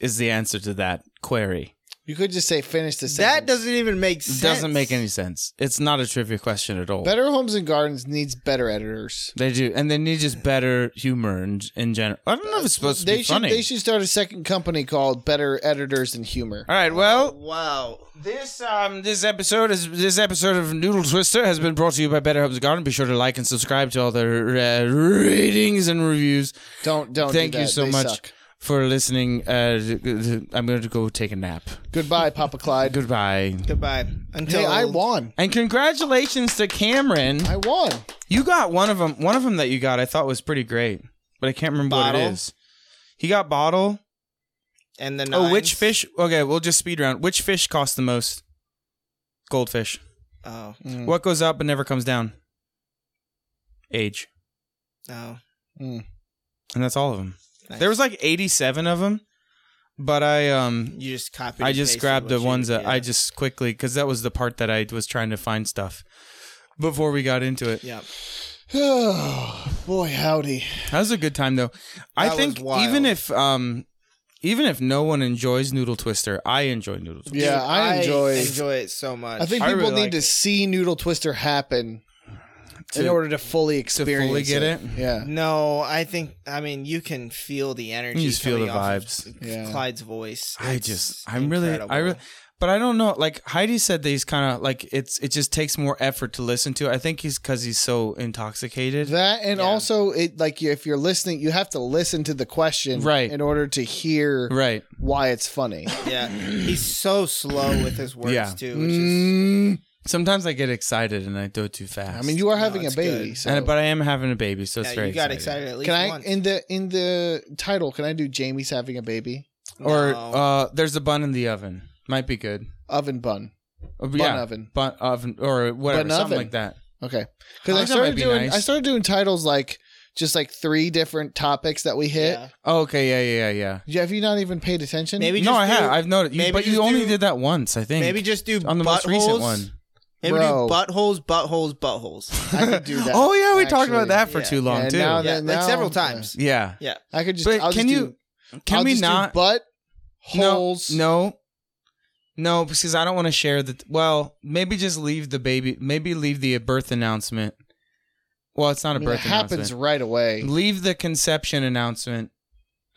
Is the answer to that query?
To, you could just say finish the sentence.
That doesn't even make sense.
It doesn't make any sense. It's not a trivia question at all.
Better Homes and Gardens needs better editors.
they do, and they need just better humor in, in general. I don't know if it's supposed to
they
be
should
funny.
they should start a second company called Better Editors and Humor.
All right. Well,
Wow.
This um this episode is this episode of Noodle Twister has been brought to you by Better Homes Garden. Be sure to like and subscribe to all their uh, ratings and reviews.
Don't don't. do
Thank you
that.
so
They
much
suck.
for listening. Uh, I'm going to go take a nap.
Goodbye, Papa Clyde.
Goodbye.
Goodbye. Until
Hey, I won.
And congratulations to Cameron.
I won.
You got one of them. One of them that you got, I thought was pretty great, but I can't remember what
Bottle.
it is. He got bottle.
and the
Oh, which
nines.
fish? Okay, we'll just speed round. Which fish costs the most? Goldfish.
Oh,
What goes up but never comes down? Age.
no.
and that's all of them.
Nice.
There was like 87 of them, but I um
You just copied.
I
and
just
pasted
grabbed
what
the
you-
ones that
yeah.
I just quickly because that was the part that I was trying to find stuff before we got into it.
Yep.
Oh, boy, howdy.
That was a good time though. I
That was
think
wild.
even if um even if no one enjoys Noodle Twister, I enjoy Noodle Twister.
Yeah, I enjoy-
enjoy it so much.
I think
I
people
really
need
like
to
it.
see Noodle Twister happen in
To-
order to fully experience
fully get it?
Yeah.
no, I think I mean you can feel the energy.
You just feel
coming
the
off of
vibes.
Yeah.
Clyde's voice.
I
It's
just, I'm really, I
incredible.
really, but I don't know. Like Heidi said, that he's kind of like it's, it just takes more effort to listen to. I think he's because he's so intoxicated.
That and
Yeah.
also it like you- if you're listening, you have to listen to the question
Right.
in order to hear
right.
why it's funny.
Yeah, he's so slow with his words
Yeah.
too. Which is,
Mm,
Sometimes I get excited and I go too fast.
I mean, you are
No,
having a
it's
baby,
good.
so
And, but I am having a baby, so it's
yeah,
very.
you got
exciting.
excited at least
can I
once.
in the in the title? Can I do Jamie's having a baby?
Or
No.
uh, there's a bun in the oven. Might be good.
Oven bun,
Oh,
bun
yeah,
oven.
bun oven or whatever,
Bun
something
oven.
like that.
Okay,
Oh,
because I
that might
started
be
doing I
nice.
started doing titles like just like three different topics that we hit.
Yeah.
Oh, okay, yeah, yeah, yeah, yeah.
Yeah, Have you not even paid attention?
Maybe
no,
just
I
do,
have. I've noticed, you,
maybe
but you
just
only
do-
did that once, I think.
maybe just do
on the most recent
buttholes.
one.
Maybe
Bro.
do buttholes, buttholes, buttholes.
I could do that.
oh yeah, we talked
actually.
about that for
Yeah.
too long
Yeah,
too.
now that-
yeah, like
now-
several times.
yeah.
I could just.
But
I'll
can
just
you?
do-
can
I'll
we
just do
not?
butt
no,
holes?
No. No, because I don't want to share the. Well, maybe just leave the baby. Maybe leave the birth announcement. Well, it's not
I
a
mean, it
birth
happens
announcement.
right away.
Leave the conception announcement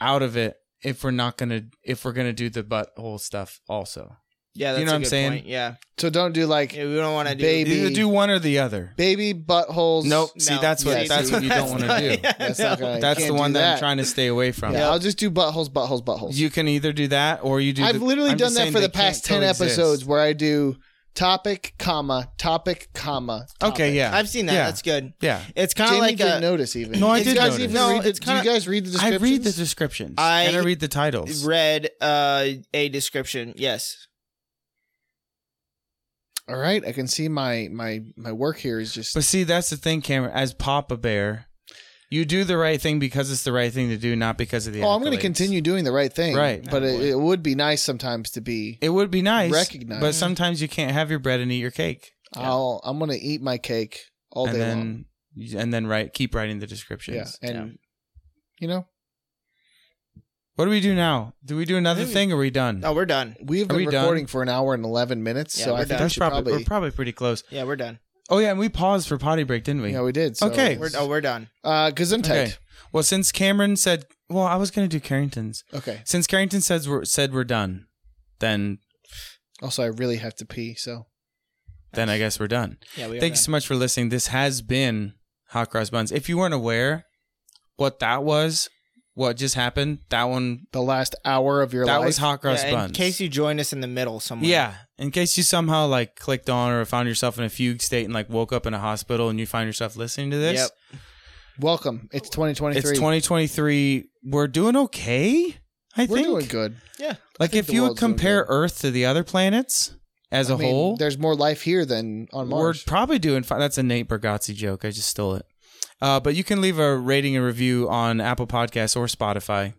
out of it if we're not gonna if we're gonna do the butthole stuff also.
Yeah, that's
You know
a
what I'm
good
saying?
Point. Yeah.
So don't do like
Yeah, we don't want to do.
Baby-
Either do one or the other.
baby buttholes.
Nope. See,
No,
that's what
yeah,
that's
see,
what you don't want
not-
to do.
yeah,
That's
no.
not gonna- I
That's the
can't
one
do
that, I'm
that.
trying to stay away from.
Yeah, I'll just do buttholes, buttholes, buttholes.
You can either do that or you do.
I've
the-
literally
I'm
done
just
that
saying
for the
they can't
past ten
coexist.
episodes, where I do topic, comma, topic, comma.
Okay, yeah,
I've seen that.
Yeah.
That's good.
yeah.
It's kind of
Jamie
like
didn't
a,
notice even.
No, I
Did
did
you guys
notice.
Even
No,
read the,
it's kinda-
do you guys read the
I
descriptions?
read the descriptions.
I-
and I read the titles.
read uh, a description. Yes.
All right, I can see my my my work here is just
But see, that's the thing, Cameron. As Papa Bear, you do the right thing because it's the right thing to do, not because of the.
oh, I'm going
accolades.
to continue doing the right thing.
Right.
But
Oh,
it,
boy.
it would be nice sometimes to be.
It would be nice,
Recognize.
but sometimes you can't have your bread and eat your cake
I'll, I'm going to eat my cake all
and
day
then,
long.
And then write, keep writing the
Yeah.
descriptions.
And, you know,
What do we do now? Do we do another
Maybe-
thing? Or are we done?
Oh,
No, Oh, we're done.
we've been
we done?
recording for an hour and 11 minutes.
Yeah,
so
we're
I think
done.
we
that's
should
probably,
probably.
we're probably pretty close.
Yeah, we're done.
Oh yeah, and we paused for potty break, didn't we?
yeah, we did. So
Okay.
We're, oh, we're done.
Uh, Gesundheit.
Okay. Well, since Cameron said, well, I was gonna do Carrington's.
Okay.
Since Carrington says we're said we're done, then
Also, I really have to pee. So
then I guess we're done.
Yeah, we are
Thank you so much for listening. This has been Hot Cross Buns. If you weren't aware what that was, what just happened, that one
the last hour of your
that
life.
was Hot
done.
Cross
Yeah,
Buns.
in case you joined us in the middle somewhere.
yeah, in case you somehow like clicked on or found yourself in a fugue state and like woke up in a hospital and you find yourself listening to this,
Yep.
Welcome. It's 2023.
it's 2023. We're doing okay, I
we're
think.
doing good.
Like
think
if
the
you would
world's doing
compare
good.
Earth to the other planets as a
I mean,
whole,
there's more life here than on
we're
Mars.
probably doing fine. That's a Nate Bergazzi joke. I just stole it. Uh, but you can leave a rating and review on Apple Podcasts or Spotify.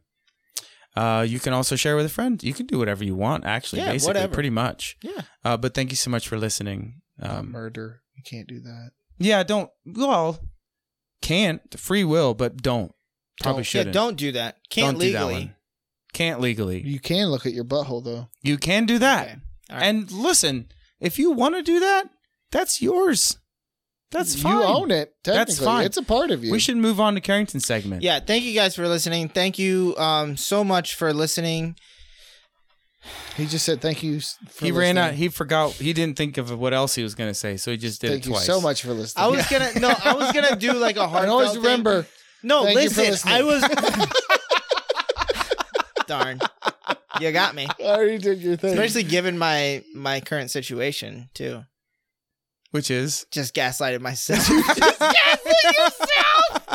Uh, you can also share with a friend. You can do whatever you want, actually,
Yeah,
basically,
whatever.
pretty much.
Yeah.
Uh, but thank you so much for listening. Um,
Murder. You can't do that.
yeah, don't. Well, can't free will, but don't. Probably
Don't.
shouldn't.
Yeah, don't do that. Can't
Don't do that
legally.
one. Can't legally.
You can look at your butthole though.
You can do that.
Okay. All right.
And listen, if you want to do that, that's yours. That's fine.
You own it. Technically.
That's fine.
It's a part of you.
We should move on to Carrington's segment.
yeah, thank you guys for listening. Thank you um so much for listening.
He just said thank you. s- For
he ran
listening.
out. He forgot. He didn't think of what else he was going to say, so he just did
Thank
it
you
twice.
so much for listening.
I was gonna no, I was gonna do like a
I
hard.
always remember.
No,
Thank you for
listen,
listening.
I was. Darn, you got me.
I already did your thing.
Especially given my my current situation too.
Which is
Just gaslighted myself.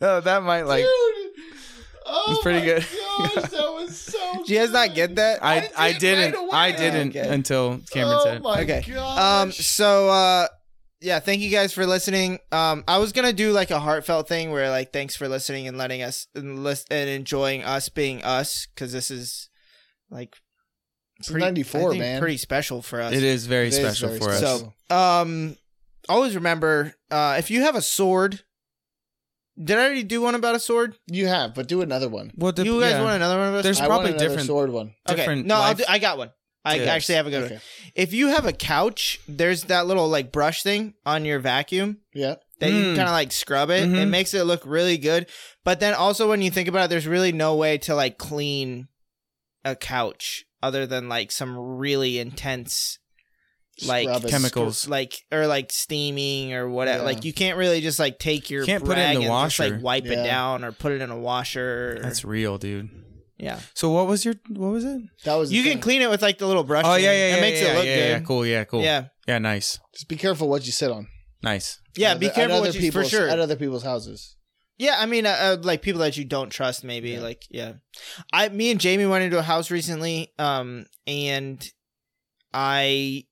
oh, that might like.
Oh
It's pretty
my
good.
Gosh, that was so.
Did you guys not get that?
I I didn't. I
away.
didn't
Okay.
until Cameron said it.
Okay. Um.
Oh gosh.
So. uh yeah, thank you guys for listening. Um, I was gonna do like a heartfelt thing where like thanks for listening and letting us and, list- and enjoying us being us because this is like
It's
pretty- I
94,
think
man.
pretty special for us.
It is very
It is
special
very
for us.
special.
So, um, always remember uh, if you have a sword, Did I already do one about a sword?
You have, but do another one.
Well, the,
you guys
yeah,
want another one about a
There's-
sword?
I
probably
want another
different-
sword one.
Okay.
different
No, I'll
life-
do, I got one. I
tips.
actually have a good
Okay.
one. If you have a couch, there's that little like brush thing on your vacuum
Yeah.
that you
Mm.
kind of like scrub it. It
Mhm.
makes it look really good. But then also when you think about it, there's really no way to like clean a couch other than like some really intense Like
Scrub it.
chemical- Chemicals.
s- like or like steaming or whatever.
Yeah.
Like you can't really just like take your
Can't put it in
rag
the
and just,
washer.
like wipe
Yeah.
it down or put it in a washer. or-
That's real, dude.
yeah.
So what was your what was it?
That was. the
You can
thing.
clean it with like the little brush.
Oh
thing.
yeah, yeah, yeah,
It makes
yeah,
it look
yeah,
good.
yeah, cool, yeah, cool,
Yeah.
yeah, nice,
Just be careful what you sit on.
nice.
Yeah,
At
be
other-
careful
at
what
other
you for
people's-
sure.
at other people's houses.
Yeah, I mean, uh, uh, like people that you don't trust, maybe.
Yeah.
Like, yeah, I, me and Jamie went into a house recently, um, and I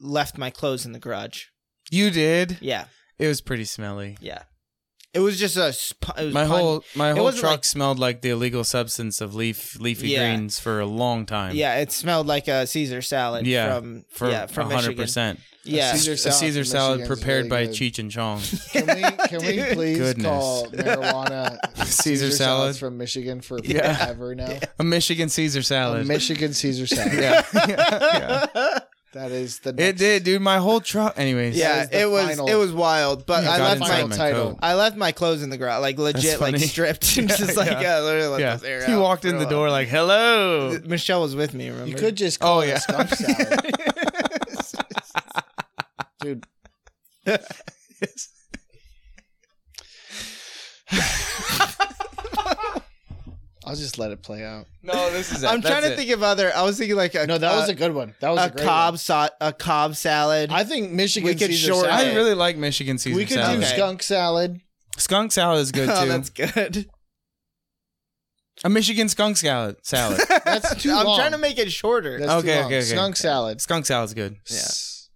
left my clothes in the garage.
You did.
Yeah,
It was pretty smelly.
yeah. It was just a sp- it was
My
pun-
whole my whole
wasn't
truck
like-
smelled like the illegal substance of leaf leafy
Yeah.
greens for a long time.
Yeah, it smelled like a Caesar salad.
Yeah,
from
for
yeah from
hundred
Michigan.
percent.
Yeah,
Caesar
a
salad from
Caesar salad
Michigan is
prepared
really
by
good.
Cheech and Chong.
Can we, can we
Dude.
please
Goodness.
call marijuana
Caesar
salads
salad.
from Michigan for
Yeah.
forever now?
a Michigan Caesar
A
salad.
Michigan Caesar salad.
yeah. yeah.
That is the
It
next
did, dude. My whole truck. Anyways.
Yeah,
is the
it was
final-
it was wild, but
Yeah,
I
got
left
inside
my
final
my
title.
coat.
I left my clothes in the garage, like legit, like
funny.
stripped, and
Yeah,
just like
yeah.
uh, literally let
Yeah.
this air
He
out
walked
for
in
a
the
while.
door like, "Hello."
Michelle was with me. Remember?
You could just call
Oh,
it
yeah.
a skunk salad, dude. I'll just let it play out.
no, this is. It.
I'm trying
That's
to
it.
think of other. I was thinking like a
No, that was
uh,
a good one. That was a,
a,
great
cob sa- a cob salad.
One. I think Michigan
We could
Caesar
short
salad.
I really like Michigan Caesar
we could
salad.
do
Okay.
skunk salad.
Skunk salad is good too.
oh, that's good.
A Michigan skunk salad. Salad.
That's too
I'm
long.
trying to make it shorter.
That's
Okay,
too long.
okay, okay.
Skunk salad.
skunk salad's good.
Yeah.
S-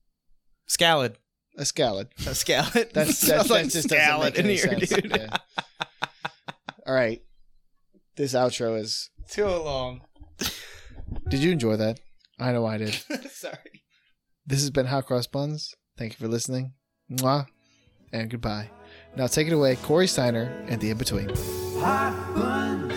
Scallad.
A scallop.
a scallop.
That's
Smells
that's
like
that just doesn't
scallop
make
in
any
here,
sense.
dude.
Yeah. All right. This outro is.
Too long.
Did you enjoy that? I know I did.
Sorry.
This has been Hot Cross Buns. Thank you for listening. Mwah. And goodbye. Now take it away, Corey Steiner and the in between.
Hot buns.